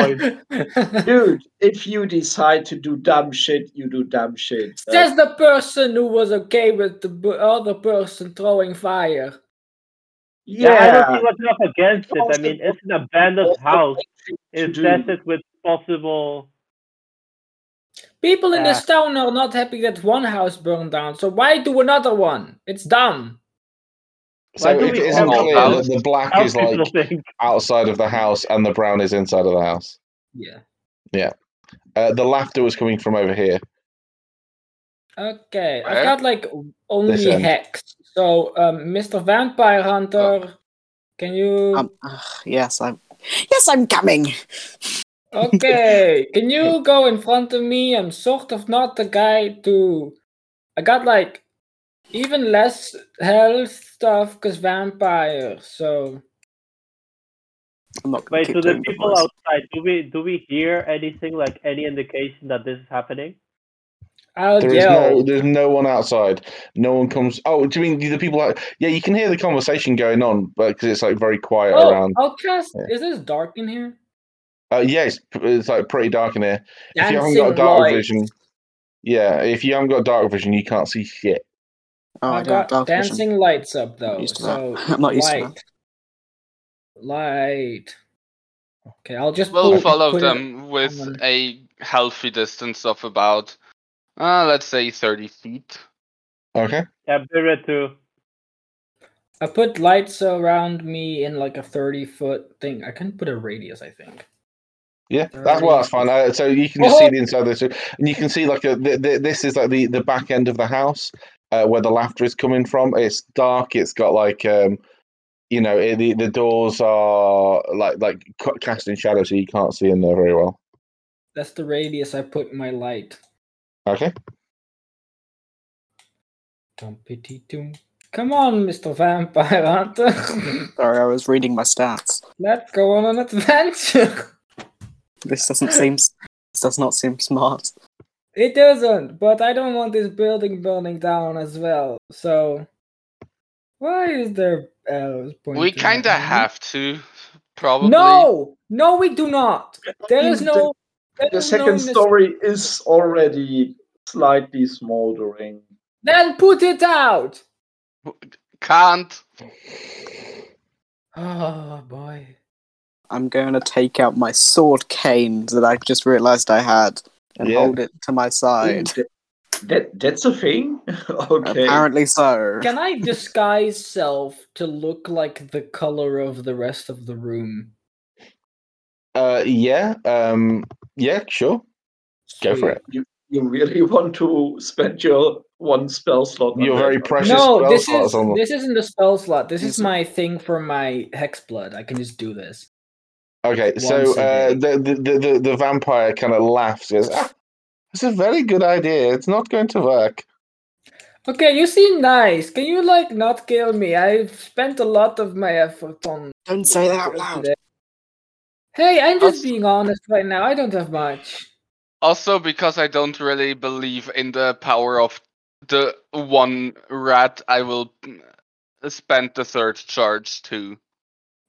[SPEAKER 5] points.
[SPEAKER 8] Dude, if you decide to do dumb shit, you do dumb shit. Uh,
[SPEAKER 4] Says the person who was okay with the b- other person throwing fire.
[SPEAKER 5] Yeah, I don't
[SPEAKER 8] yeah.
[SPEAKER 5] see what's up against it. I mean, it's an abandoned house.
[SPEAKER 8] To
[SPEAKER 5] It
[SPEAKER 8] do.
[SPEAKER 5] says it with possible.
[SPEAKER 4] People in
[SPEAKER 5] Yeah.
[SPEAKER 4] this town are not happy that one house burned down, so why do another one? It's dumb.
[SPEAKER 5] Why
[SPEAKER 2] So
[SPEAKER 5] do
[SPEAKER 2] it
[SPEAKER 5] we
[SPEAKER 2] isn't
[SPEAKER 5] have
[SPEAKER 2] clear
[SPEAKER 7] all
[SPEAKER 2] that the black
[SPEAKER 5] How
[SPEAKER 2] is like
[SPEAKER 5] people think.
[SPEAKER 2] outside of the house and the brown is inside of the house.
[SPEAKER 4] Yeah.
[SPEAKER 2] Uh, the laughter was coming from over here.
[SPEAKER 4] Okay,
[SPEAKER 7] Where?
[SPEAKER 4] I've got like
[SPEAKER 2] This
[SPEAKER 4] only
[SPEAKER 2] end.
[SPEAKER 4] hex. So, um, Mr. Vampire
[SPEAKER 2] Uh,
[SPEAKER 4] Hunter, can you?
[SPEAKER 2] [LAUGHS]
[SPEAKER 3] Um, ugh, yes, I'm. Yes, I'm coming.
[SPEAKER 4] okay, can you go in front of me? I'm sort of not the guy to. I got like even less health stuff because vampire. So
[SPEAKER 3] I'm not gonna
[SPEAKER 5] [LAUGHS] Wait,
[SPEAKER 3] keep
[SPEAKER 5] so the
[SPEAKER 3] doing the
[SPEAKER 5] people
[SPEAKER 3] voice.
[SPEAKER 5] outside, do we do we hear anything like any indication that this is happening?
[SPEAKER 4] I'll
[SPEAKER 2] There is
[SPEAKER 4] yell.
[SPEAKER 2] no, there's no one outside. No one comes. Oh, do you mean the people? Out, yeah, you can hear the conversation going on, but because it's like very quiet
[SPEAKER 4] oh,
[SPEAKER 2] around.
[SPEAKER 4] I'll cast.
[SPEAKER 2] yeah.
[SPEAKER 4] Is this dark in here?
[SPEAKER 2] Uh, yeah, it's, it's like pretty dark in here. If you haven't got
[SPEAKER 4] Dancing
[SPEAKER 2] dark
[SPEAKER 4] lights.
[SPEAKER 2] vision, yeah, if you haven't got dark vision, you can't see shit.
[SPEAKER 3] Oh, I
[SPEAKER 4] I've
[SPEAKER 3] don't have
[SPEAKER 4] got
[SPEAKER 3] dark
[SPEAKER 4] dancing
[SPEAKER 3] vision.
[SPEAKER 4] lights up though.
[SPEAKER 3] used to that. [LAUGHS]
[SPEAKER 4] So
[SPEAKER 3] I'm not used to that.
[SPEAKER 4] light, light. Okay, I'll just
[SPEAKER 7] We'll
[SPEAKER 4] pull-
[SPEAKER 7] follow
[SPEAKER 4] put it-
[SPEAKER 7] them with
[SPEAKER 4] on.
[SPEAKER 7] a healthy distance of about, uh, let's say, 30 feet.
[SPEAKER 2] Okay.
[SPEAKER 5] Yeah, Bira too.
[SPEAKER 4] I put lights around me in like a 30 foot thing. I can put a radius, I think.
[SPEAKER 2] Yeah, that's well, that's fine. Uh, so you can just see the inside of this, and you can see like a, th th this is like the, the back end of the house uh, where the laughter is coming from. It's dark. It's got like um, you know, it, the the doors are like like ca- cast in shadow, so you can't see in there very well.
[SPEAKER 4] That's the radius I put my light.
[SPEAKER 2] Okay.
[SPEAKER 4] Dumpity-doom. Come on, Mr. Vampire Hunter. [LAUGHS]
[SPEAKER 3] Sorry, I was reading my stats.
[SPEAKER 4] Let's go on an adventure.
[SPEAKER 3] This doesn't seem. s- This does not seem smart.
[SPEAKER 4] It doesn't, but I don't want this building burning down as well. So, why is there arrows pointing?
[SPEAKER 7] We
[SPEAKER 4] at
[SPEAKER 7] kind of
[SPEAKER 4] me?
[SPEAKER 7] have to, probably.
[SPEAKER 4] No, no, we do not. There is
[SPEAKER 8] The-
[SPEAKER 4] no. there
[SPEAKER 8] The
[SPEAKER 4] is no
[SPEAKER 8] second
[SPEAKER 4] mis-
[SPEAKER 8] story is already slightly smoldering.
[SPEAKER 4] Then put it out.
[SPEAKER 7] Can't.
[SPEAKER 4] Oh boy.
[SPEAKER 3] I'm going to take out my sword cane that I just realised I had and
[SPEAKER 2] Yeah.
[SPEAKER 3] hold it to my
[SPEAKER 8] Ooh,
[SPEAKER 3] side.
[SPEAKER 8] That, that- that's a thing? [LAUGHS] okay.
[SPEAKER 3] Apparently so.
[SPEAKER 4] Can I disguise self to look like the color of the rest of the room?
[SPEAKER 2] Uh, yeah. Um, yeah. Sure. Go for
[SPEAKER 4] Sweet.
[SPEAKER 2] it.
[SPEAKER 8] You, you really [LAUGHS] want to spend your one spell slot? on
[SPEAKER 2] You're
[SPEAKER 8] that
[SPEAKER 2] very
[SPEAKER 8] one? [LAUGHS]
[SPEAKER 2] precious.
[SPEAKER 4] No,
[SPEAKER 2] spell
[SPEAKER 4] this
[SPEAKER 2] slots
[SPEAKER 4] is
[SPEAKER 2] on the-
[SPEAKER 4] this isn't the spell slot. This
[SPEAKER 3] Is
[SPEAKER 4] is
[SPEAKER 3] it-
[SPEAKER 4] my thing for my hex blood. I can just do this.
[SPEAKER 2] Okay, so
[SPEAKER 4] Once a
[SPEAKER 2] uh,
[SPEAKER 4] day.
[SPEAKER 2] the, the, the, the- the vampire kind of laughs. Goes, ah, it's a very good idea. It's not going to work.
[SPEAKER 4] Okay, you seem nice. Can you like not kill me? I've spent a lot of my effort on
[SPEAKER 3] Don't say that out loud.
[SPEAKER 4] today. Hey, I'm just
[SPEAKER 7] Us-
[SPEAKER 4] being honest right now. I don't have much.
[SPEAKER 7] Also, because I don't really believe in the power of the one rat, I will mm, spend the third charge too.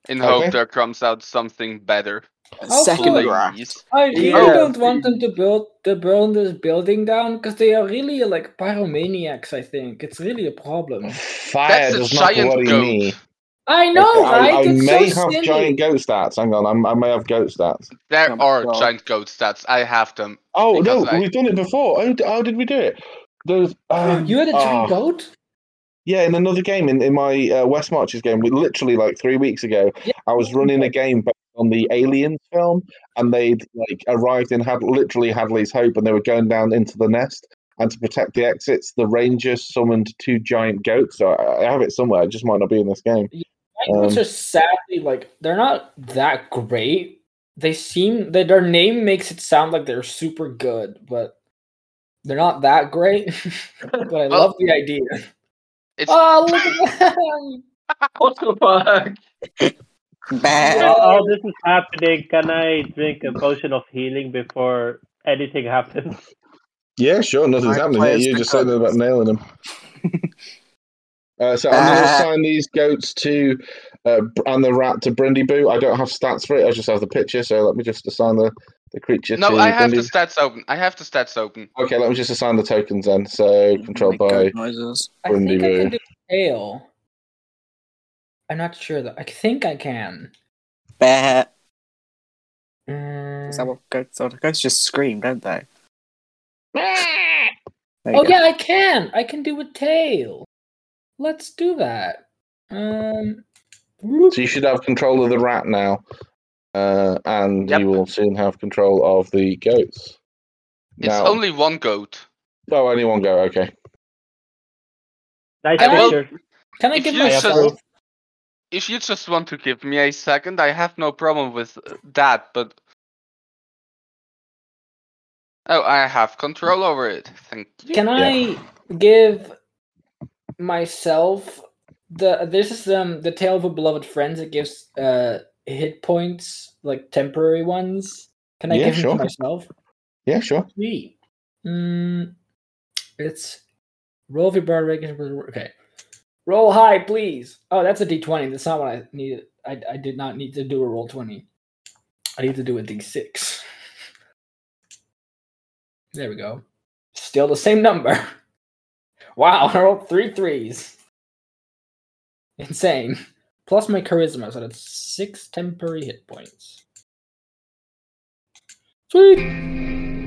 [SPEAKER 7] In
[SPEAKER 2] Okay.
[SPEAKER 7] hope there comes out something better.
[SPEAKER 4] Also,
[SPEAKER 3] Second
[SPEAKER 4] like-
[SPEAKER 3] rat.
[SPEAKER 7] Please.
[SPEAKER 4] I really
[SPEAKER 8] Yeah,
[SPEAKER 4] don't want them
[SPEAKER 8] the-
[SPEAKER 4] to build to burn this building down because they are really like pyromaniacs. I think it's really a problem.
[SPEAKER 2] Fire
[SPEAKER 7] That's a
[SPEAKER 2] does not
[SPEAKER 7] giant
[SPEAKER 2] worry
[SPEAKER 7] goat.
[SPEAKER 2] me.
[SPEAKER 4] I know,
[SPEAKER 2] Okay,
[SPEAKER 4] right?
[SPEAKER 2] I, I
[SPEAKER 4] it's
[SPEAKER 2] may
[SPEAKER 4] so
[SPEAKER 2] have
[SPEAKER 4] silly.
[SPEAKER 2] giant goat stats. Hang on, I'm, I may have goat stats.
[SPEAKER 7] There
[SPEAKER 3] Oh my
[SPEAKER 7] are
[SPEAKER 3] God.
[SPEAKER 7] giant goat stats. I have them.
[SPEAKER 2] Oh
[SPEAKER 7] Because
[SPEAKER 2] no,
[SPEAKER 7] I-
[SPEAKER 2] we've done it before. How, d- how did we do it? There's um,
[SPEAKER 4] You're the giant
[SPEAKER 2] oh,
[SPEAKER 4] goat?
[SPEAKER 2] Yeah, in another game in, in my uh, West Marches game, we literally like three weeks ago,
[SPEAKER 4] Yeah.
[SPEAKER 2] I was running a game based on the Aliens film, and they'd like arrived in had literally Hadley's Hope, and they were going down into the nest. And to protect the exits, the ranger summoned two giant goats. So I, I have it somewhere. It just might not be in this game.
[SPEAKER 4] Giant goats
[SPEAKER 2] Um,
[SPEAKER 4] are sadly like they're not that great. They seem that their name makes it sound like they're super good, but they're not that great. [LAUGHS] but I
[SPEAKER 7] Well-
[SPEAKER 4] love the idea.
[SPEAKER 7] It's [LAUGHS]
[SPEAKER 4] Oh look at them!
[SPEAKER 8] What the fuck?
[SPEAKER 3] Bah.
[SPEAKER 5] While all Oh, this is happening, can I drink a potion of healing before anything happens? [LAUGHS]
[SPEAKER 2] Yeah, sure. Nothing's
[SPEAKER 3] I
[SPEAKER 2] happening.
[SPEAKER 3] play
[SPEAKER 2] Yeah,
[SPEAKER 3] as
[SPEAKER 2] you
[SPEAKER 3] the
[SPEAKER 2] just said that about
[SPEAKER 3] goats.
[SPEAKER 2] nailing them. uh, so I'm going to
[SPEAKER 3] Ah.
[SPEAKER 2] assign these goats to uh, Br- and the rat to Brindy Boo. I don't have stats for it. I just have the picture. So let me just assign the, the creature
[SPEAKER 7] no,
[SPEAKER 2] to
[SPEAKER 7] I have the
[SPEAKER 2] Brindy.
[SPEAKER 7] stats open. I have the stats open.
[SPEAKER 2] Okay, let me just assign the tokens then.
[SPEAKER 3] Oh
[SPEAKER 2] So controlled
[SPEAKER 3] Make
[SPEAKER 2] by
[SPEAKER 3] goat noises.
[SPEAKER 4] I think I
[SPEAKER 2] Brindaboo.
[SPEAKER 4] can do tail. I'm not sure though. I think I can.
[SPEAKER 3] Bah. Is that
[SPEAKER 4] Mm.
[SPEAKER 3] what goats are? Goats just scream, don't they? There you
[SPEAKER 4] Oh
[SPEAKER 3] go.
[SPEAKER 4] yeah, I can. I can do a tail. Let's do that. Um. whoop.
[SPEAKER 2] So you should have control of the rat now, uh, and
[SPEAKER 7] Yep.
[SPEAKER 2] you will soon have control of the goats.
[SPEAKER 7] It's
[SPEAKER 2] Now,
[SPEAKER 7] only one goat.
[SPEAKER 2] oh, only one go. Okay.
[SPEAKER 5] Nice
[SPEAKER 7] I
[SPEAKER 4] will-
[SPEAKER 5] picture.
[SPEAKER 4] Can I
[SPEAKER 7] If
[SPEAKER 4] give
[SPEAKER 7] you
[SPEAKER 5] I
[SPEAKER 7] just-
[SPEAKER 4] myself?
[SPEAKER 5] approve.
[SPEAKER 7] If you just want to give me a second, I have no problem with uh, that, but. Oh, I have control over it. Thank you.
[SPEAKER 4] Can I give myself the? This is um the tale of a beloved friend. It gives uh hit points like temporary ones. Can I
[SPEAKER 2] Yeah,
[SPEAKER 4] give them
[SPEAKER 2] sure.
[SPEAKER 4] to myself?
[SPEAKER 2] Yeah, sure.
[SPEAKER 4] Sweet. Mm, it's roll your bar regular. Okay, roll high, please. Oh, that's a d twenty. That's not what I needed. I I did not need to do a roll twenty. I need to do a d six. There we go. Still the same number. [LAUGHS] Wow, I rolled three threes. Insane. Plus my charisma, so that's six temporary hit points. Sweet.